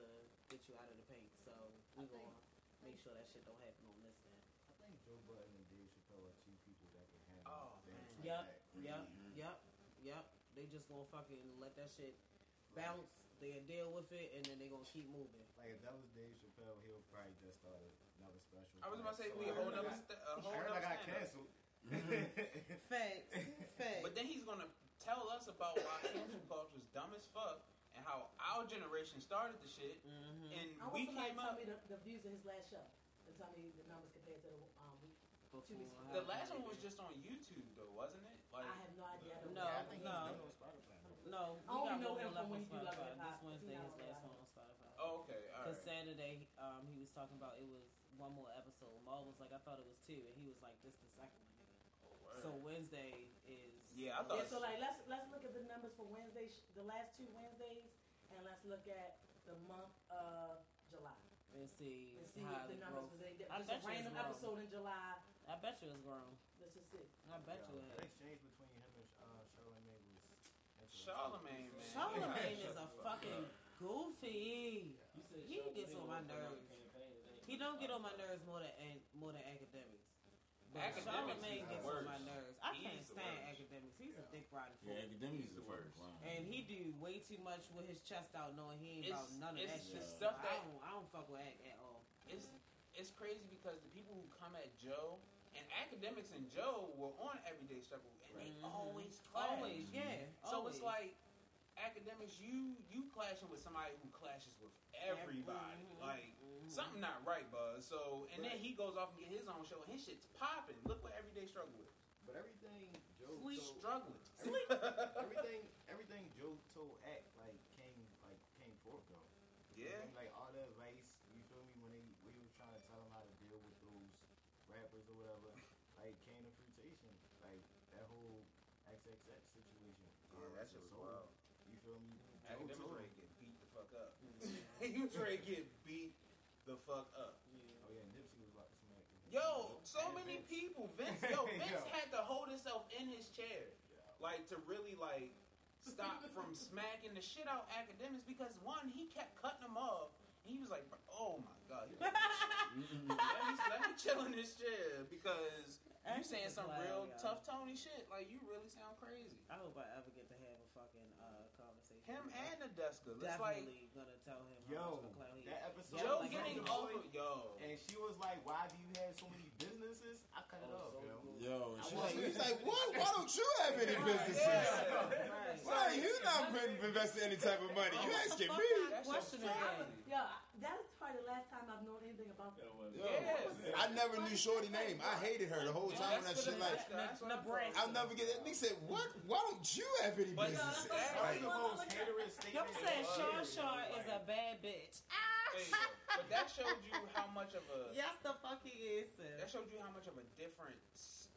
C: get you out of the paint. So we
H: I
C: gonna
H: think-
C: make sure that shit don't happen on this end.
H: I think Joe Budden and Dave Chappelle are two people that can handle
D: Oh,
H: things
D: man.
H: like
C: Yep,
H: that.
D: Mm-hmm.
C: Yep, yep, yep. They just gonna fucking let that shit bounce. They deal with it, and then they gonna keep moving.
H: Like if that was Dave Chappelle, he'll probably just start another special.
D: I was about to say
H: So
D: we
H: I
D: a whole
H: heard I
D: nother
H: got-
D: st- a whole
H: I heard
D: nother
H: I got
D: stand-up.
H: canceled.
C: Mm-hmm. Facts, facts.
D: But then he's gonna tell us about why cancel culture is dumb as fuck and how our generation started the shit
C: mm-hmm.
D: and
E: I want
D: we
E: somebody
D: came
E: to
D: up.
E: tell me the, the views of his last show. And tell me the numbers compared to the um, week.
D: The last one was just on YouTube though, wasn't it? Like,
E: I have no idea. I don't
C: No,
E: know.
H: yeah, I think
C: no.
H: he's doing it on Spotify.
C: No, we
E: I only
C: got
E: know
C: one
E: him
C: left on
E: from when he do Love
C: Spotify.
E: and
C: This
E: Hop.
C: Wednesday,
E: He
C: his
E: not
C: last
E: on
C: one on Spotify.
D: oh, okay, all
C: Because
D: right.
C: Saturday, um, he was talking about it was one more episode. Maul was like, I thought it was two, and he was like, this the second one. nigga."
D: Oh, word.
C: So Wednesday is
D: Yeah, I thought-
E: Yeah, so like let's let's look at the numbers for Wednesday, sh- the last two Wednesdays, and let's look at the month of July
C: and see,
E: and see
C: how
E: if the
C: it
E: numbers
C: grows.
E: was any
C: I
E: different. Just
C: bet
E: a
C: you it's
E: random
C: wrong.
E: episode in July.
C: I bet you it's grown.
E: Let's just see.
C: I bet you
H: Yeah,
C: it.
H: That
C: is.
H: exchange between him and uh, Charlamagne was. interesting.
D: Charlamagne, man.
C: Charlamagne
D: Yeah.
C: is a fucking goofy.
F: You said
C: He
F: Charlamagne
C: gets on my
F: was the one
C: nerves.
F: campaign that ain't
C: He don't get on my
F: Spotify.
C: nerves more than an- more than academics. But
D: Academics
C: Charlamagne
D: is the
C: gets on
D: worst.
C: my nerves. I
D: He's
C: can't
D: the
C: stand
D: worst.
C: academics. He's a
H: Yeah.
C: dick riding fool.
B: Yeah, academics is the worst.
C: And he do way too much with his chest out, knowing he ain't
D: It's-
C: about none of
D: it's
C: that shit.
B: the
D: stuff
C: I
D: that-
C: don't, I don't fuck with Act at all.
D: It's it's crazy because the people who come at Joe and academics and Joe were on Everyday Struggle and they
C: Right.
D: always clash.
C: Always, yeah.
D: So
C: always.
D: it's like academics, you you clashing with somebody who clashes with everybody.
C: Mhm.
D: Like
C: Mhm.
D: something not right, Buzz. So and then
H: Right.
D: he goes off and get his own show and his shit's popping. Look what Everyday Struggle is.
H: But everything Joe
D: He's
H: told,
D: struggling.
H: every- everything everything Joe told act like came like came forth though.
D: yeah.
H: And, like all the advice, you feel me? When they we were trying to tell him how to deal with those rappers or whatever, like came to fruition, like that whole XXX situation.
D: Yeah,
H: Um,
D: that shit was
H: so,
D: wild.
H: You feel me? Joe
D: Academics
H: told
D: ready
H: him.
D: to get beat the fuck up. he was ready to get beat the fuck up.
H: Oh yeah, Nipsey was about to smack him.
D: Yo, so
H: And
D: many
H: Vince.
D: people. Vince, yo, Vince
H: Yo.
D: had to hold himself in his chair,
H: Yeah.
D: like to really like stop from smacking the shit out academics because one, he kept cutting them off. He was like, bro, "Oh my god, He was like, let, me, let me chill in this chair because you
C: Academics
D: saying some
C: wild,
D: real
C: y'all.
D: tough Tony shit. Like you really sound crazy."
C: I hope I ever get to have a fucking uh, conversation.
D: Him
C: with
D: and Nadeska. It's like
C: definitely gonna tell him how
H: Yo,
C: much of a clown he
H: that
C: is.
H: episode
C: Yeah,
D: Joe
H: was
C: like,
D: getting
H: Joe
D: over.
H: Budden,
D: Yo,
H: and she was like, "Why do you have so many business businesses, I cut it off, yo.
B: Yo, and
H: I
B: she's
H: want
B: like,
H: you.
B: he's like, what? Why don't you have any businesses? Why are you not putting- investing any type of money? You asking
C: Fuck
B: me?
C: that question again.
E: Yo, that is probably the last time I've known anything about that.
B: Yo, I never knew Shorty name. I hated her the whole time when that shit like.
C: Nebraska.
B: I'll never get that. They said, "What? Why don't you have any
D: But-
B: businesses?"
D: That's
H: That was
B: Like,
H: the most haterous
C: Y'all
H: statement.
C: saying
H: of all.
C: Shaw Shaw is a bad bitch.
D: There you go. But that showed you how much of a
C: Yes, the fuck he is. sis.
D: that showed you how much of a different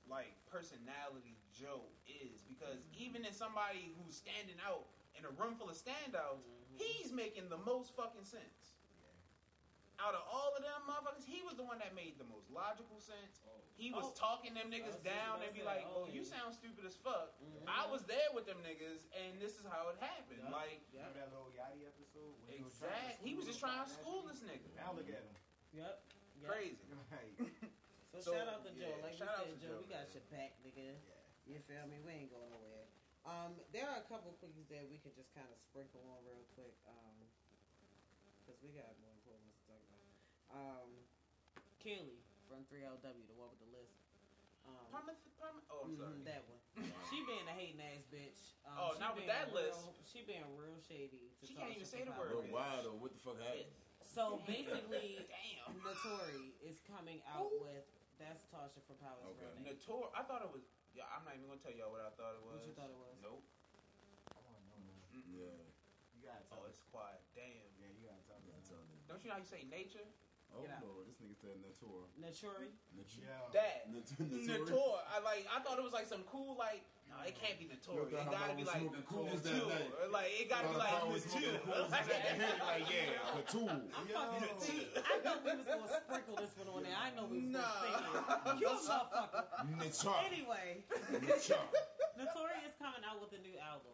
D: like personality Joe is because
C: Mm-hmm.
D: even in somebody who's standing out in a room full of standouts,
C: Mm-hmm.
D: he's making the most fucking sense. Out of all of them motherfuckers, he was the one that made the most logical sense. He was
C: Oh.
D: talking them niggas
C: That's
D: down
C: what I
D: and be
C: said.
D: like,
C: Oh,
D: "Oh, you
C: yeah.
D: sound stupid as fuck." I was there with them niggas, and this is how it happened.
F: Yeah.
D: Like,
H: Remember that little Yachty episode? When he was trying to
D: exact. He was just trying to school this nigga.
H: Now look at him.
C: Yep. yep.
D: Crazy.
H: Like,
C: So,
D: So,
C: shout out to Joe.
D: yeah,
C: Like you
D: shout out
C: said,
D: to
C: Joe,
D: Joe,
C: we got
D: man.
C: your back, nigga. You feel me? We ain't going nowhere. Um, there are a couple quickies that we can just kind of sprinkle on real quick. Um, because we got more important ones to talk about. Um, Kelly from 3LW, the one with the list. Um,
D: Perma- perma- oh, I'm sorry.
C: mhm, that one. She being a hating ass bitch. Um,
D: Oh,
C: she
D: not
C: being
D: with that
C: real-
D: list.
C: She being real shady. To
D: She
C: talk
D: can't even
C: shit
D: say the
C: about her.
D: word.
B: bro, wow, though, what the fuck happened?
C: So basically,
D: Damn.
C: Notori is coming out
D: Oh.
C: with that's Tasha from Powers
B: Okay.
C: Real Name.
D: Notor, I thought it was. Yeah, I'm not even gonna tell y'all what I thought it
C: What
D: was.
C: you thought it was?
D: Nope.
H: I don't know, man.
D: Mm-mm.
B: Yeah,
H: You gotta tell
D: Oh,
H: us.
D: it's quiet. Damn.
H: Yeah, you gotta tell
B: that's
H: us.
B: all they-
D: Don't you know how you say nature?
B: Oh
C: Get out.
B: lord, this nigga said Natura.
C: Notori.
B: Natura.
H: Yeah.
D: That.
B: Natura.
D: Notor. I like. I thought it was like some cool like. No, it can't be Notor.
B: Look at
D: It
B: how
D: gotta
B: I
D: be
B: was
D: like
B: smoking cool
D: Notor.
B: as that night.
D: Or like it gotta be
B: Uh,
D: like
B: I was smoking cool
D: Notor.
B: as
D: Like,
B: that night. Like, yeah, Natura.
H: Yo.
C: I thought we was gonna sprinkle this one on there. I know we was
D: Nah.
C: gonna sing it. You motherfucker.
B: Natura.
C: Anyway,
B: Natura.
C: Notori is coming out with a new album.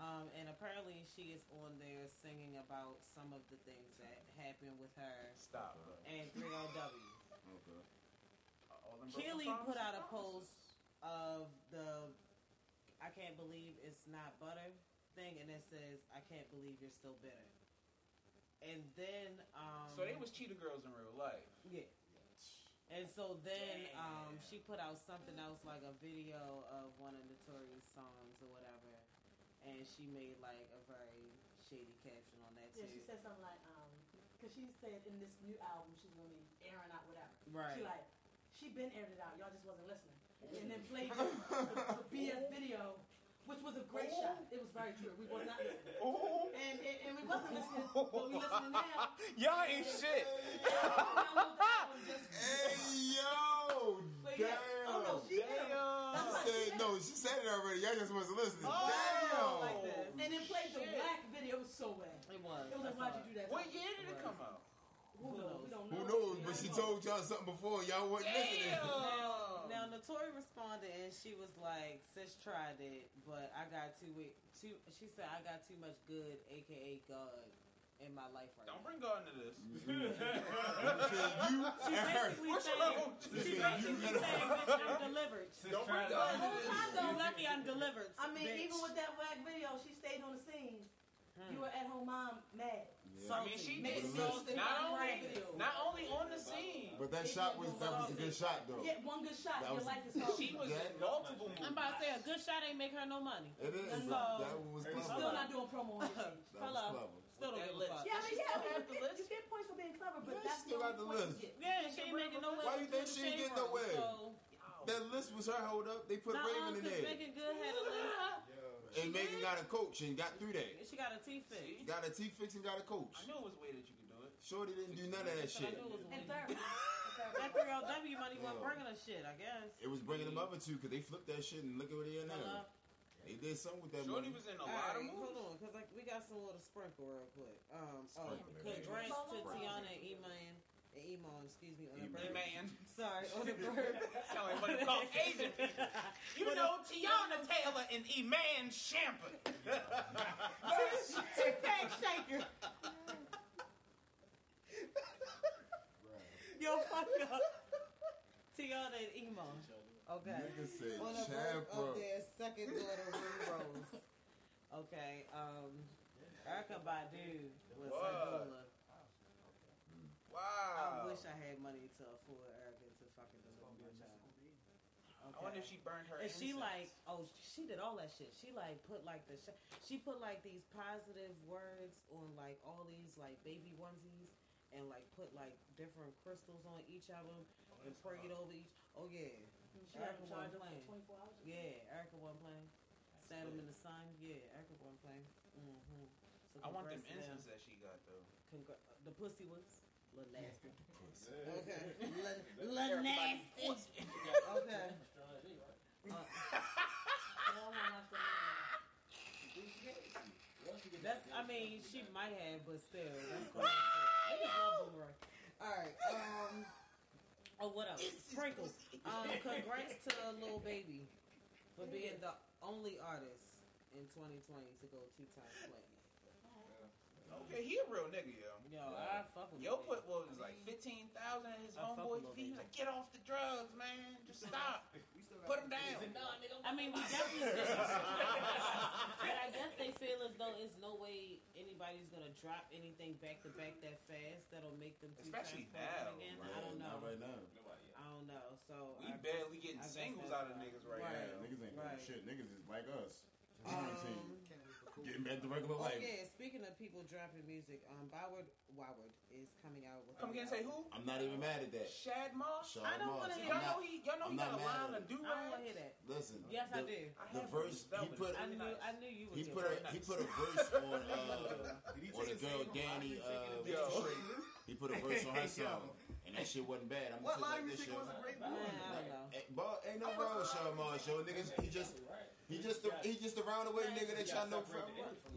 C: Um, and apparently she is on there singing about some of the things that happened with her
D: Stop. bro.
C: and oh 3LW.
B: Okay.
D: All them broken
C: Keely
D: promises,
C: put out a
D: promises.
C: post of the I can't believe it's not butter thing and it says I can't believe you're still bitter. And then um
D: So they was cheetah girls in real life.
C: Yeah. And so then um,
D: Damn.
C: she put out something else like a video of one of Notorious songs or whatever, and she made like a very shady caption on that
E: Yeah,
C: too.
E: she said something like, um, because she said in this new album she's gonna be airing out whatever.
C: right.
E: She like, she been airing it out. Y'all just wasn't listening. And then played the, the BS video, which was a great shot. It was very true. We were not listening.
D: Ooh.
E: And, and, and we wasn't listening, but we listening now.
D: Y'all ain't shit.
E: Download the album just-
B: Hey yo,
E: But
B: damn.
E: yeah. Oh no, she did.
D: Damn.
B: She said no. She said it already. Y'all just wasn't listening.
D: Oh.
B: Damn.
C: Like this.
E: And then played the
D: Shit.
E: black video It was so bad.
C: It was.
E: It was like,
C: That's
E: why'd
C: all.
E: you do that?
D: What year did it come out?
E: Who knows? We don't know.
B: Who knows?
E: We
B: But
E: don't
B: she
E: know.
B: told y'all something before. Y'all wasn't listening.
D: Damn.
C: Now Notori responded and she was like, "Sis tried it, but I got too wi- too." She said, "I got too much good, aka God, in my life right
D: Don't
C: now."
D: bring God into this.
B: Between you
C: She
B: and her.
C: basically
D: What's
C: saying,
D: wrong with you?
C: she basically saying, "Bitch, I'm delivered."
D: Don't bring
H: Trying to-
D: God
E: Well,
D: into
E: who
D: this.
E: tried
C: Don't let me, I'm delivered.
E: I mean,
C: bitch.
E: even with that whack video, she stayed on the scene.
C: Hmm.
E: You were at home, mom, mad.
D: I mean, she
E: Made
D: did.
B: Not
E: something
D: only-
E: right.
D: Not only on the scene,
B: But that shot was that was a good shot though.
E: Yeah, one good shot,
B: That was-
E: your life is over.
D: she was
B: That-
D: in multiple movies.
C: I'm about to say a good shot ain't make her no money.
B: It is.
C: So-
B: but that one was
H: Still
B: clever.
E: Still not doing promo on your page.
B: That was
C: Hello.
B: clever.
C: Still don't
D: That
C: give a
D: list.
C: fuck.
E: Yeah, I mean,
D: still
E: yeah,
D: had the
E: you get, you
D: list?
E: get points for being clever, but
B: Yeah,
E: that's
B: she still
E: the
B: had
E: only
B: the
E: point
B: list.
E: you get.
C: Yeah, she ain't making no way.
B: Why you think she ain't getting no way?
C: So,
B: That list was her hold up. They put
C: not
B: Raven in there.
C: Megan Good had a list.
H: Yo.
B: And Megan got a coach and got through that.
C: and She got a T
D: See?
C: fit.
B: Got a T fix and got a coach.
D: I knew it was a way that you could do it.
B: Shorty didn't do none of that
C: So I
B: shit.
C: knew it was
E: And
C: winning.
E: third,
C: That 3LW money wasn't
B: Yeah.
C: bringing her shit, I guess.
B: It was bringing them other two because they flipped that shit and look at what they are
C: Hello?
B: now. They did something with that
D: Shorty
B: money.
D: was in a lot of
C: Alright, hold
D: movies.
C: on, because like, we got some little sprinkle real quick. Um, oh,
B: Sprinkle, baby.
C: congrats to
E: Sprinkle.
C: Tiana and Iman, and Iman, excuse me, on the
B: Iman.
C: bird.
D: Man,
C: Sorry, on the bird.
D: Sound like one of them Caucasian people. you
C: uh,
D: know Tiana Taylor and Eman Shampoo.
C: Two-pack shaker.
H: Bruh.
C: Yo, fuck up. Tiana and Iman. Okay.
B: Nigga said
C: on the birth
B: Chafra.
C: of their second daughter, Rue Rose. Okay, um, Erica Badu was her
D: What?
C: doula.
D: Wow.
C: I wish I had money to afford Erica to fucking deliver.
D: I wonder if she burned her.
C: And she like,
D: incense.
C: oh, she did all that shit. She like put like the, sh- she put like these positive words on like all these like baby onesies, and like put like different crystals on each of them and prayed over each. Oh yeah,
E: She had
C: Apple
E: them charged up
C: won't
E: for
C: play.
E: twenty-four hours.
C: yeah. Erica wasn't playing. Sat them in the sun. Yeah, Erica wasn't playing. Mm-hmm. So
D: I want them
C: congrats to
D: incense that she got though.
C: Congra- uh, the pussy was la nasty.
F: Yeah.
C: Okay,
F: Let
C: la, la
D: everybody
C: nasty. Okay. Uh, That's, I mean, she might have, but still. That's cool. I just love Boomerang. All right. Um. Oh, what else? Sprinkles. Um. Congrats to Lil Baby for being the only artist in 2020 to go two times platinum.
D: Okay, he a real nigga, yo.
C: Yo, I fuck with
D: Yo
C: Lil
D: put
C: Baby.
D: what was it, like fifteen thousand in his
C: I fuck with
D: homeboy
C: Lil
D: feet. He
C: Baby.
D: was like, get off the drugs, man. Just stop.
H: We still got
D: Put him down.
C: I mean, we definitely. but I guess they feel as though it's no way anybody's gonna drop anything back to back that fast that'll make them two
D: Especially
C: times platinum
D: now,
C: again.
B: Right,
C: I don't know.
B: Not right now.
C: I don't know. So
D: We
C: I
D: barely getting
C: I guess
D: singles
C: that's
D: out of
C: why.
D: niggas right,
B: Yeah,
C: Right.
D: now.
B: niggas ain't doing
C: Right.
B: shit. Niggas is like us. Just
C: Um,
B: quarantine.
H: Can't wait for cool.
B: Getting back to regular
C: oh
B: life.
C: yeah, speaking of people dropping music, um, Byward Wyward is coming out with. a-
D: Come again, say who?
B: I'm not even mad at that.
D: Shad Moss.
B: Sean
C: I don't
B: Moss.
C: wanna
B: I'm
C: hear-
D: Y'all
B: not-
D: know he. Y'all know
B: I'm
D: he
B: not
D: got a
B: mad
D: line
B: at
D: of
B: it.
D: do
C: I don't want to hear that.
B: Listen.
C: Yes, I
B: the-
C: did.
D: I
B: The
D: have
B: verse
D: them.
B: he
D: That
B: put.
D: was
C: I
D: really
C: knew.
D: nice.
C: I knew you were.
B: He
C: gonna
B: put
C: say
B: a
C: that.
B: he put a verse on uh,
H: Did he
B: on the
H: take a
B: girl
H: sip from
B: Danny.
H: Rodney
B: Uh,
H: taking a
D: Yo.
H: picture straight?
B: he put a verse on
H: Yo.
B: her song, and that shit wasn't bad. I'm
H: What
B: gonna
H: line
B: like
H: you
B: this
H: think
B: shit.
H: was a great
C: Man,
H: movie?
C: I don't know.
B: Hey, Ball, ain't no wrong with Sean Moss, yo. Niggas, he just he just the, he just the roundaway nigga that y'all know from.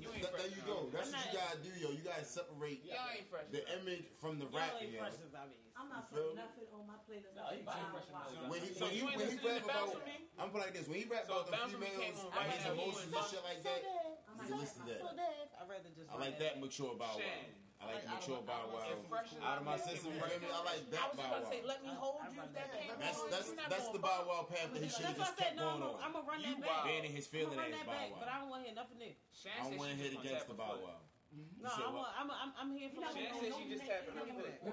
D: You ain't
B: Th- there
D: fresh
B: you
D: now.
B: go. That's
C: I'm
B: what you
C: not-
B: gotta do, yo. You gotta separate
D: Y'all ain't fresh.
B: the image from the rap.
C: Y'all ain't
B: yo.
C: fresh as I mean.
E: I'm not
B: You feel
E: putting
B: me?
E: nothing on my playlist.
F: No, he
E: Nah, nah,
F: buying fresh
E: nah.
F: music.
B: When he,
D: So
B: when he,
D: you ain't
B: when he
D: listening
B: rap
D: to Bounce
B: about,
D: With Me?
B: I'm put like this. When he rap
D: So
B: about the
D: Bounce With Me
B: females
D: came on
B: and
D: right
B: his
D: after he
B: emotions and
D: went-
B: shit like that,
E: I
B: you
E: might
B: listen to
E: have
B: that.
C: I'd rather just.
B: I
C: run
B: like that mature Bow Wow.
D: Shit.
B: I like
C: I like
B: mature
C: Adam-
B: Bow Wow.
C: Adam-
D: Fresh
B: Out of my
D: Adam-
B: system, you
D: Adam-
B: feel me? I like
D: I
B: that
D: was just
B: Bow
D: about to
B: Wow.
D: say, let me
C: Uh,
D: hold
C: I
D: you.
C: run
D: If that
C: that.
D: came on,
B: That's that's
D: you're not
B: that's
D: going
B: the Bow Wow path that he
C: That's
B: should have
C: why I
B: just
C: said
B: kept
C: no. I'm
B: going
C: gonna, I'm
B: on.
C: gonna run
D: You
C: that
D: wild.
C: back.
B: Being in his
C: I'm gonna
B: feeling
C: run
B: as
C: that
B: Bow
C: back, but I
B: Wow.
C: don't want to hear nothing new.
D: Shan
B: I
D: said
B: don't want to
D: she
B: hit
D: just gonna
B: against the
D: tap
B: Bow
D: her foot.
B: Wow.
C: No,
B: said
C: I'm,
B: what?
C: a, I'm, a, I'm, I'm here for
E: You know,
C: like.
D: Shan
E: no,
D: said
E: no,
D: she just
E: no,
D: tapping
E: no,
D: her
E: no,
D: foot.
E: no,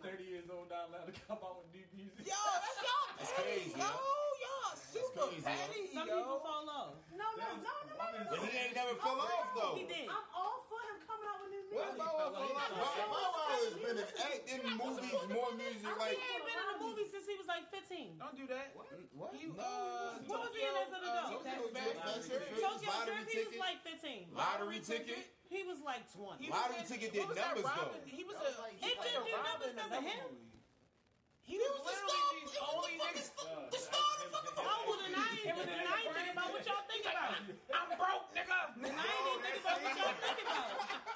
E: no,
F: years old not allowed to come out with new music.
D: Yo, that's y'all
B: That's crazy,
D: petty, yo.
B: yo.
D: Y'all super
B: crazy, yo.
D: petty,
C: Some
D: yo.
C: people fall off.
E: No, no, no, no, no, no,
B: But
E: no.
B: he ain't never fell off though.
C: He did.
E: I'm all for him coming out with new music.
B: Where's Bow Wow fell off? Bow Bow Wow has been an act in movies, more music. Like
C: He ain't been in a movie since he was like 15.
D: Don't do that.
B: what? No.
D: You, uh,
C: What was he in
D: Tokyo,
C: as an
D: uh,
C: adult?
D: Tokyo
B: Tokyo Fast
D: Fast and
B: and
D: Furious.
B: Furious.
C: Tokyo
B: Lottery
C: Jerk, he was
B: ticket?
C: like 15.
B: lottery ticket.
C: He was like 20.
D: He
C: It
D: was
B: Lottery
D: in-
B: ticket
D: what
B: did
D: was that
B: numbers, though.
D: Robin? He was
H: That was
D: a.
H: like-
D: He
H: It
D: played
C: didn't do
D: Robin
C: numbers
D: in the
C: 'cause of
D: Marvel
C: him.
D: movie. He was literally the only nigga.
C: was the 90s. It was the 90s. Think about what y'all think about.
D: I'm broke, nigga.
C: I ain't even think about what y'all think about.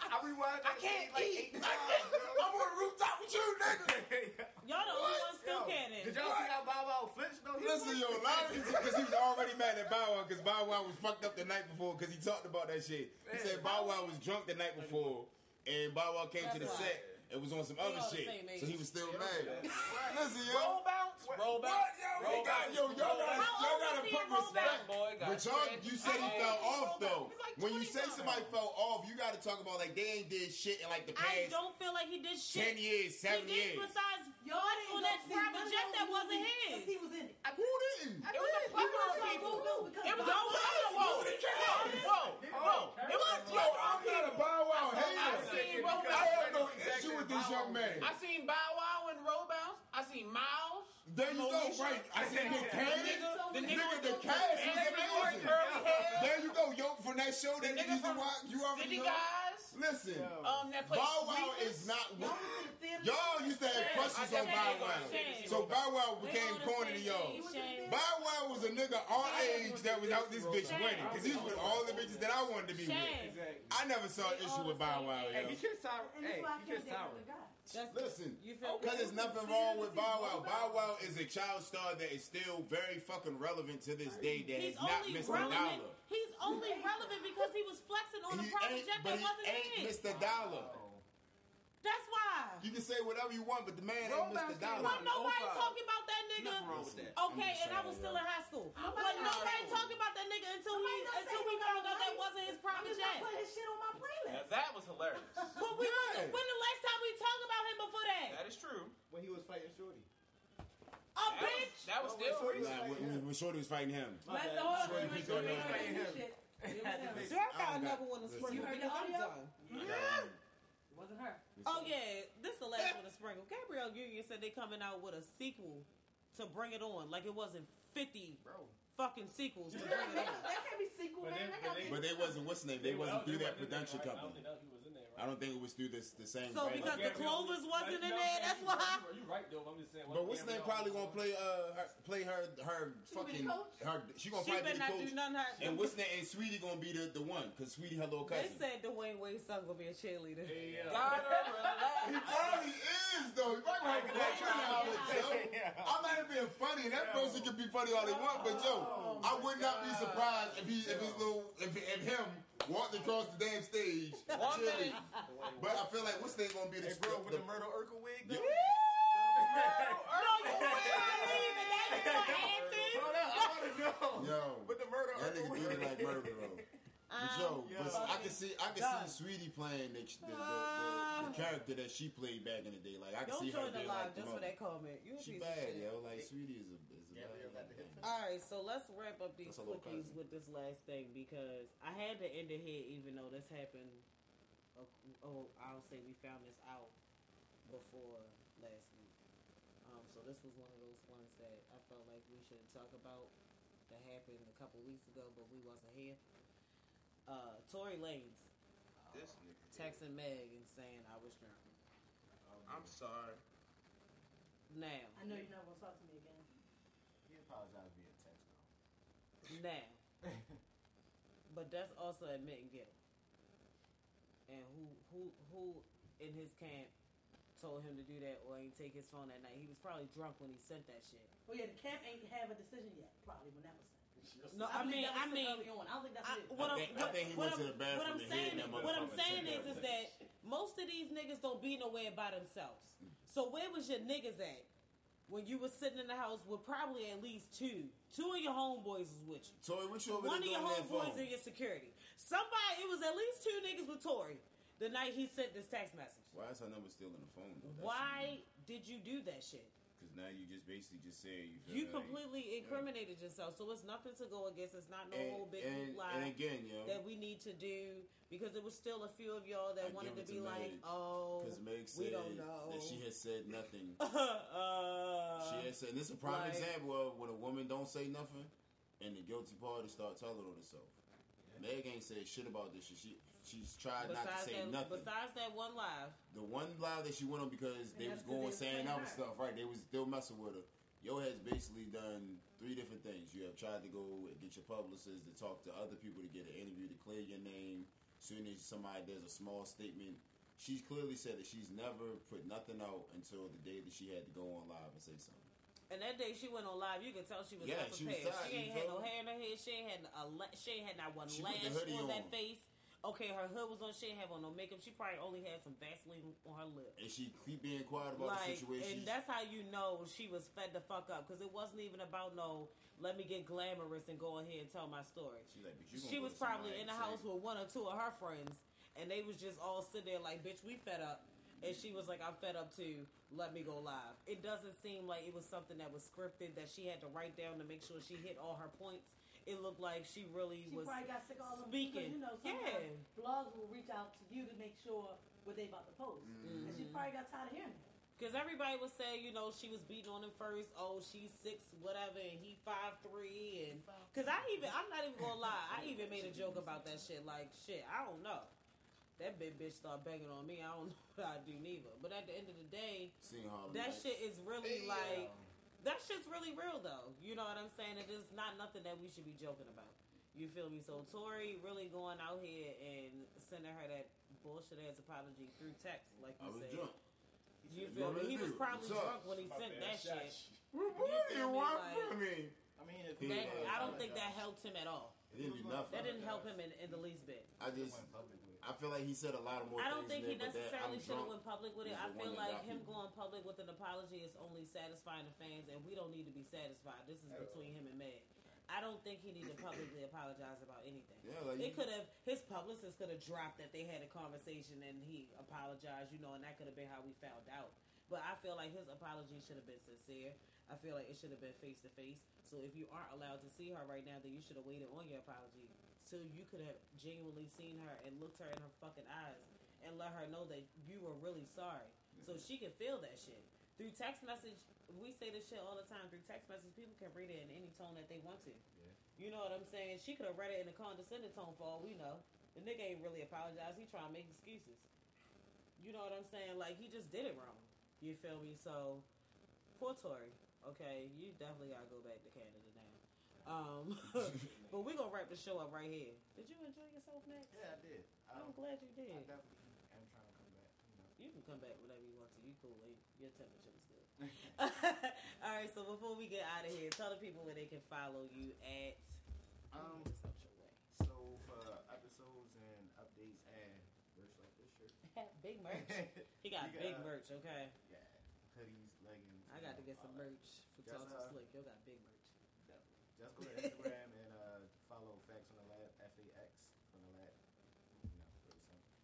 H: I rewind that
D: I can't
H: shit like
D: eat.
H: eight times, bro.
D: I'm on the rooftop with you, nigga.
C: Y'all the only ones still
H: Yo,
C: caring.
H: Did y'all see how Bow Wow flinched though? He
B: Listen,
H: was
B: yo, lottery because he was already mad at Bow Wow because Bow Wow was fucked up the night before because he talked about that shit. He said Bow Wow was drunk the night before, and Bow Wow came to the
C: That's why.
B: set and was on some other
C: all the
B: shit,
C: same age.
B: so he was still mad. Listen,
D: Roll
B: yo,
D: bounce. Roll
B: what,
D: bounce.
B: yo,
D: Roll
B: we got,
D: back.
B: yo, y'all gotta,
C: How
B: y'all
C: old
B: gotta
C: was he in
B: put
C: Roll
B: respect.
D: That boy got
B: Richard,
D: red.
B: you said
D: How
B: he
D: old
B: fell
D: was he?
B: off though.
D: He's like
B: when you say
D: 20 something.
B: somebody fell off, you gotta talk about like they ain't did shit in like the
C: I
B: past
C: don't feel like he did shit.
B: ten years, seven
C: he did
B: years.
C: besides
E: Y'all
C: voice on
E: didn't go
C: that
E: see none
C: private
E: of
C: jet that
E: those
C: wasn't
E: movies
C: his.
E: since He was in it.
B: Who didn't?
D: It was a plethora of
E: Like,
D: people.
E: whoa, whoa,
D: It was
E: because
D: a
E: Bow Wow-
D: plethora. Whoa, whoa, whoa. It was a plethora of
B: not a Bow Wow
D: I
B: hater.
D: seen Roll
B: I
D: Bounce.
B: have no issue with this young man.
D: I seen Bow Wow and Roll Bounce. I seen Miles.
B: There you go,
D: Moesha.
B: right? I said Nick Cannon.
D: The
B: Nigga, the
D: nigga.
B: cast was
D: And they wore
B: amazing.
D: curly hair.
B: There you go, yo, from that show
D: The
B: that you
D: nigga
B: used to
D: from
B: watch. You already
D: City
B: know.
D: Guys.
B: Listen,
D: Um, that played
B: Bow Wow
D: Sweepers.
B: is not.
E: Y'all was in the theater.
B: Y'all used to have
D: Yeah,
B: crushes
D: I
B: on Bow
D: definitely
B: Wow.
D: was.
C: Shame.
B: So Bow Wow
C: We
B: became
C: on the
B: corny to
C: same
B: y'all.
C: page, Shame.
B: Bow Wow was a nigga our age that was out this bitch winning. Because he was with all the bitches that I wanted to be
C: Shame.
B: with. I never saw an issue with Bow Wow,
H: Hey,
B: yo.
H: he just sour.
E: And that's
H: Hey,
E: why I
H: he
E: can't
H: just
E: date
H: sour.
E: another guy.
C: That's-
B: Listen,
C: You feel
B: because there's nothing wrong with Bow Wow. Bow Wow is a child star that is still very fucking relevant to this day that
C: He's
B: has not
C: only
B: missed a
C: relevant.
B: dollar.
C: He's only relevant because he was flexing on
B: He
C: a private
B: ain't,
C: jet
B: but
C: that
B: he
C: wasn't
B: ain't
C: his.
B: missed a dollar.
C: That's why.
B: You can say whatever you want, but the man
H: Roll
B: ain't missed
H: Bounce
B: a dollar.
H: came out
C: Wasn't
H: in
C: nobody
H: 05.
C: talking about that nigga.
H: Nothing wrong with that.
B: I'm just
C: Okay, and I
B: saying,
C: was still
B: yo.
C: in high school.
E: Nobody
C: Wasn't
E: in high
C: nobody
D: school.
C: talking about that nigga until we
E: Somebody not
C: until
E: saying
C: we
E: he
C: found
E: got
C: out that
E: away.
C: wasn't his
E: I
C: private
E: did not
C: jet.
E: put his shit on my
D: Now,
E: playlist.
D: that was hilarious.
C: But we
B: Yeah.
C: when the last time we talked about him before that?
D: That is true.
H: When he was fighting Shorty.
C: A
D: That was-
C: bitch.
D: That was still
H: for you.
B: Nah, when, when- when Shorty was fighting him.
F: My
E: Let's
F: bad.
E: hold up.
B: Sure,
E: Let me
B: you
E: show
B: don't
E: you
B: know.
E: how to do shit. It was him.
C: So I
B: I
C: got
B: don't
C: another
B: got-
C: one to
B: listen.
C: sprinkle
E: You heard the
C: because I'm
E: audio?
C: done.
E: It wasn't her.
C: Oh yeah, this is the last one to sprinkle. Gabrielle Union said they coming out with a sequel to Bring It On, like it wasn't fifty
H: Bro.
C: fucking sequels to Bring
E: That
C: It On.
E: that can't be sequel,
F: But
E: man.
F: they-
E: That
F: but
E: gotta
F: they-
E: be.
B: But they wasn't what's the name? They wasn't through that production
F: right?
B: company.
F: I don't think that he was in there, right?
B: I don't think it was through this the same.
C: So
B: brand.
C: Oh, because the Clovers wasn't in there, that's
F: you right,
C: why.
F: You right, though. but I'm just saying.
B: But what's the name? Probably gonna play uh her, play her her
E: gonna be
B: fucking
E: the coach?
B: her. She gonna probably
C: She better
B: be the
C: not
B: coach.
C: do nothing. Her,
B: And what's the name? And Sweetie gonna be the the one because Sweetie her little
C: they
B: cousin.
C: said Dwayne Wade's son gonna be a cheerleader.
F: God,
B: he probably is though. He probably have to like trying to holler, Joe. I might have been funny. That person could be funny all they want, but Joe,
C: Oh,
B: I would not be surprised if he if his little if, if him walked across the damn stage. cheerleading. But I feel like what's the name gonna be the Hey, bro, with the
H: Myrtle Urkel wig.
B: Yeah. Yo,
H: With the Myrtle
B: that nigga
H: Urkel
B: did it
H: wig.
B: like murder though.
C: Um,
B: But yo, but I can see I can
C: done.
B: see Sweetie playing the, the, the, the,
C: Ah.
B: the character that she played back in the day. Like I can
C: Don't
B: see her
C: join the
B: being
C: live
B: like the
C: just for
B: mother.
C: that comment. You a
B: She
C: piece
B: bad,
C: of shit.
B: yo. Like Sweetie is a is a
H: Gabrielle
B: bad.
H: got the hip.
C: All right, so let's wrap up these
B: That's a little
C: quickies
B: cousin.
C: with this last thing because I had to end it here, even though this happened. Oh, oh I'll say we found this out before last week. Um, so this was one of those ones that I felt like we should talk about that happened a couple weeks ago, but we wasn't here. Uh, Tory Lanez uh,
D: This nigga.
C: texting Meg and saying I was drunk.
D: I'm sorry.
C: Now,
E: I know you're not gonna talk to me again.
H: He apologized via text though.
C: now, But that's also admitting guilt. And who who who in his camp told him to do that or he take his phone that night? He was probably drunk when he sent that shit.
E: Well, yeah, the camp ain't have a decision yet. Probably when that was sent.
C: No, I, mean,
E: believe that was
C: I
E: sent
C: mean,
E: early on. I don't think that's
C: I,
E: it.
C: what
B: I
C: I'm,
B: think- I
C: what,
B: think he
C: what
B: went
C: I'm,
B: to the bathroom
C: what I'm
B: to hit
C: saying,
B: that
C: what I'm
B: motherfucker
C: saying
B: check
C: is, is
B: out.
C: that most of these niggas don't be nowhere by themselves. So where was your niggas at when you was sitting in the house with probably at least two, two of your homeboys was with you.
B: Tori, what you over there
C: One of
B: doing
C: your
B: on that
C: homeboys
B: phone?
C: in your security. Somebody, it was at least two niggas with Tory the night he sent this text message.
B: Why is her number still in the phone? Though?
C: Why did you do that shit?
B: Because now you just basically just saying you. Feel
C: You
B: like-
C: completely incriminated yourself, so it's nothing to go against. It's not no
B: And,
C: whole big
B: and,
C: lie
B: and again, yo,
C: that we need to do because there was still a few of y'all that
B: I
C: wanted
B: give
C: to
B: it
C: be
B: to
C: like,
B: Meg,
C: oh,
B: because Meg said
C: we don't know.
B: that she had said nothing.
C: uh,
B: she had said, and this is a prime
C: like-
B: example of when a woman don't say nothing, and the guilty party start telling on herself. Meg ain't said shit about this shit. She she's tried not to
C: besides
B: say
C: that,
B: nothing.
C: besides that one live,
B: the one lie that she went on because they was
E: that's 'cause they
B: going
E: was
B: saying
E: playing
B: other
E: her.
B: stuff, right? They was still messing with her. Yo has basically done three different things. You have tried to go and get your publicist to talk to other people to get an interview to clear your name. Soon as somebody does a small statement, she's clearly said that she's never put nothing out until the day that she had to go on live and say something.
C: and that day she went on live, you could tell she was
B: Yeah,
C: not
B: she was
C: prepared.
B: tired,
C: She
B: you
C: ain't had
B: feel
C: no
B: me?
C: hair in her head. She ain't had a la- she ain't had not one
B: She put
C: lash
B: the hoodie
C: on,
B: on.
C: that face. Okay, her hood was on. She ain't have on no makeup. She probably only had some Vaseline on her lip.
B: And she keep being quiet about the
C: Like,
B: situation.
C: and that's how you know she was fed the fuck up because it wasn't even about no. Let me get glamorous and go in here and tell my story.
B: She's like, but you gonna
C: she
B: go
C: was
B: to somebody
C: probably in
B: and
C: the
B: say-
C: house with one or two of her friends, and they was just all sitting there like, "Bitch, we fed up," and she was like, "I'm fed up too. Let me go live." It doesn't seem like it was something that was scripted that she had to write down to make sure she hit all her points. It looked like she really
E: She
C: was.
E: probably got sick of all of them,
C: speaking.
E: because, You know, sometimes blogs will reach out to you to make sure what they about to post,
B: Mm. Mm-hmm.
E: and she probably got tired of hearing it.
C: Because everybody was saying, you know, she was beating on him first. Oh, she's six, whatever, and he five three, and because I even, I'm not even gonna lie, I even made a joke about that shit. Like, shit, I don't know. That big bitch start banging on me. I don't know what I do neither. But at the end of the day,
B: Seeing Harlem
C: that
B: Nights.
C: shit is really
H: Damn.
C: like that shit's really real though. You know what I'm saying? It is not nothing that we should be joking about. You feel me? So Tori really going out here and sending her that bullshit ass apology through text, like
B: I
C: you
B: was
C: said.
B: drunk.
C: You
B: said,
C: feel
B: "Yo,
C: me? He
B: let's
C: was
B: do it.
C: probably
B: What's up?
C: drunk when he sent that shit.
B: What do you
C: feel me?
B: want
C: Like-
B: from me?
H: I mean, if
B: That-
H: he
C: That,
H: was
C: I don't think that
H: apologized,
C: helped him at all.
B: It didn't do nothing.
C: That didn't help him in, in the least bit.
B: I
H: he
B: just
H: went public with it.
B: I feel like he said a lot of more.
C: I don't
B: things
C: think he
B: than that, but that
C: necessarily
B: I'm
C: should have
B: drunk.
C: went public with it.
B: is
C: I
B: the
C: feel
B: one that
C: like
B: got
C: him
B: people.
C: going public with an apology is only satisfying the fans, and we don't need to be satisfied. This is between him and Meg. I don't think he needed to publicly apologize about anything.
B: Yeah, like you-
C: it could have his publicist could have dropped that they had a conversation and he apologized, you know, and that could have been how we found out. But I feel like his apology should have been sincere. I feel like it should have been face to face. So if you aren't allowed to see her right now, then you should have waited on your apology till you could have genuinely seen her and looked her in her fucking eyes and let her know that you were really sorry. So she can feel that shit. Through text message, we say this shit all the time. Through text message, people can read it in any tone that they want to. You know what I'm saying? She could have read it in a condescending tone for all we know. The nigga ain't really apologized. He trying to make excuses. You know what I'm saying? Like he just did it wrong. You feel me? So poor Tory. Okay, you definitely gotta go back to Canada now. Um, but we gonna wrap the show up right here. Did you enjoy yourself, Max?
H: Yeah, I did. I,
C: I'm glad you
H: I
C: did.
H: definitely am trying to come back. You know.
C: You can come back whenever you want to. You cool. eh? Your temperature is good. All right. So before we get out of here, tell the people where they can follow you at.
H: Um,
C: Just out your way.
H: so for episodes and updates and merch like this shirt.
C: big merch. He got
H: You
C: big
H: got-
C: merch. Okay.
H: yeah, hoodies, leggings. um,
C: I got to get some
H: all that.
C: merch for
H: That's,
C: Talks
H: uh,
C: and Slick. Yo got big merch.
H: Definitely. Just go to Instagram and uh, follow Facts on the Lab, F A X from the Lab. You know, really simple.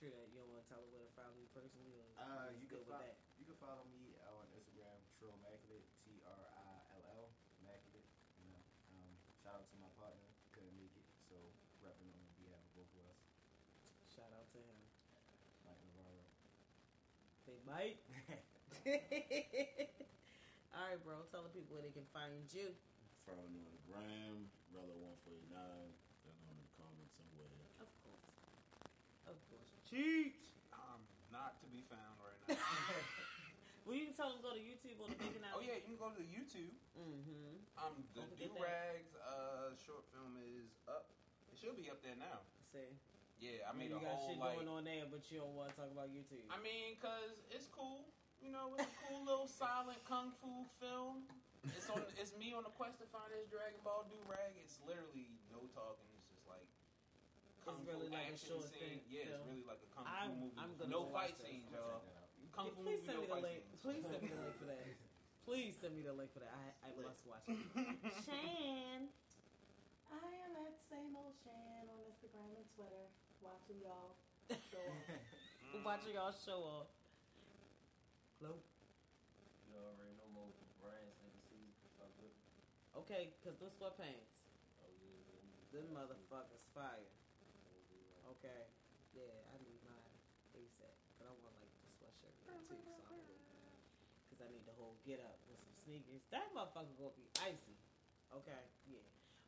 C: True that. You don't want to tell her where to follow you personally. Or
H: Uh,
C: just
H: you can
C: good with
H: fo-
C: that.
H: You can follow me on Instagram, Trollmaculate, T R I L L, Maculate. You know, um, shout out to my partner, couldn't make it, so repping on behalf of both of us,
C: Shout out to him.
H: Mike Navarro.
C: Big Mike. All right, bro. Tell the people where they can find you.
I: Follow me on the gram, Rella149. Y'all know I'm in the comments somewhere.
C: Of course. Of course. Cheat.
D: I'm not to be found right now.
C: Well, you can tell them go to YouTube on the Bacon Out.
D: oh yeah, you can go to the YouTube.
C: Mm-hmm.
D: Um, the
C: Don't forget
D: Do Rags uh, short film is up. It should be up there now.
C: See.
D: Yeah, I made
C: you
D: a
C: got
D: whole
C: shit
D: like.
C: going on there, but you don't want to talk about YouTube.
D: I mean, cause it's cool. You know, it's a cool little silent kung fu film. It's on. It's me on the quest to find this Dragon Ball do rag. It's literally no talking. It's just like kung fu
C: really like a
D: action
C: short
D: scene.
C: thing,
D: Yeah, it's
C: film.
D: really like a kung fu
C: I'm-
D: movie.
C: I'm gonna
D: no
C: watch
D: fight
C: this.
D: scenes,
H: Check
D: y'all.
H: that out.
D: Kung
C: Yeah,
D: fu
C: please
D: movie,
C: send me
D: no
C: the
D: fight
C: link. Please send
D: scenes.
C: me the link for that. Please send me the link for that. I, I must watch it. Shan.
E: I am at same old Shan on Instagram and Twitter, watching y'all. So,
C: Watching y'all show off. Hello?
F: You already know more Brian's nigga season. Fuck with it.
C: Okay, because those sweatpants.
F: Oh, yeah, yeah.
C: Them motherfuckers fire.
F: Oh, yeah.
C: Okay. Yeah, I need mine ASAP. But I want like the sweatshirt and too, so I'm Because I need the whole get up with some sneakers. That motherfucker gonna be icy. Okay, yeah.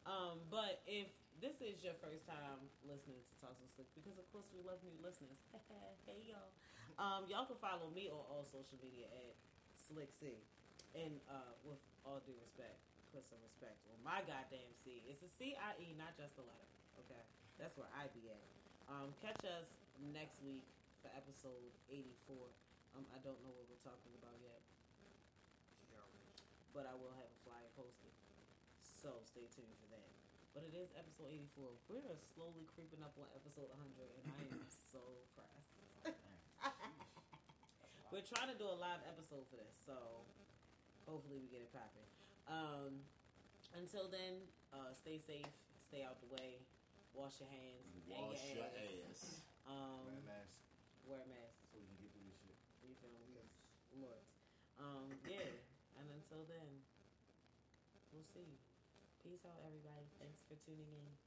C: Um, but if this is your first time listening to Talks with Slick, because of course we love new listeners. hey y'all. Um, y'all can follow me on all social media at Slick C. And uh, with all due respect, put some respect on my goddamn C. It's a C I E, not just a letter. Okay, that's where I be at. Um, catch us next week for episode 84. Um, I don't know what we're talking about yet, but I will have a flyer posted. So stay tuned for that. But it is episode 84. We're slowly creeping up on episode 100, and I am so pressed. we're trying to do a live episode for this, so hopefully we get it popping. Um, until then, uh, stay safe, stay out the way, wash your hands, and
I: Wash
C: your
I: your
C: ass.
I: ass.
C: Um,
H: Wear a mask
C: wear a mask.
H: so we can get through this shit.
C: You feel me? 'Cause Lord. Um, yeah. And until then, we'll see. Peace out, everybody. Thanks for tuning in.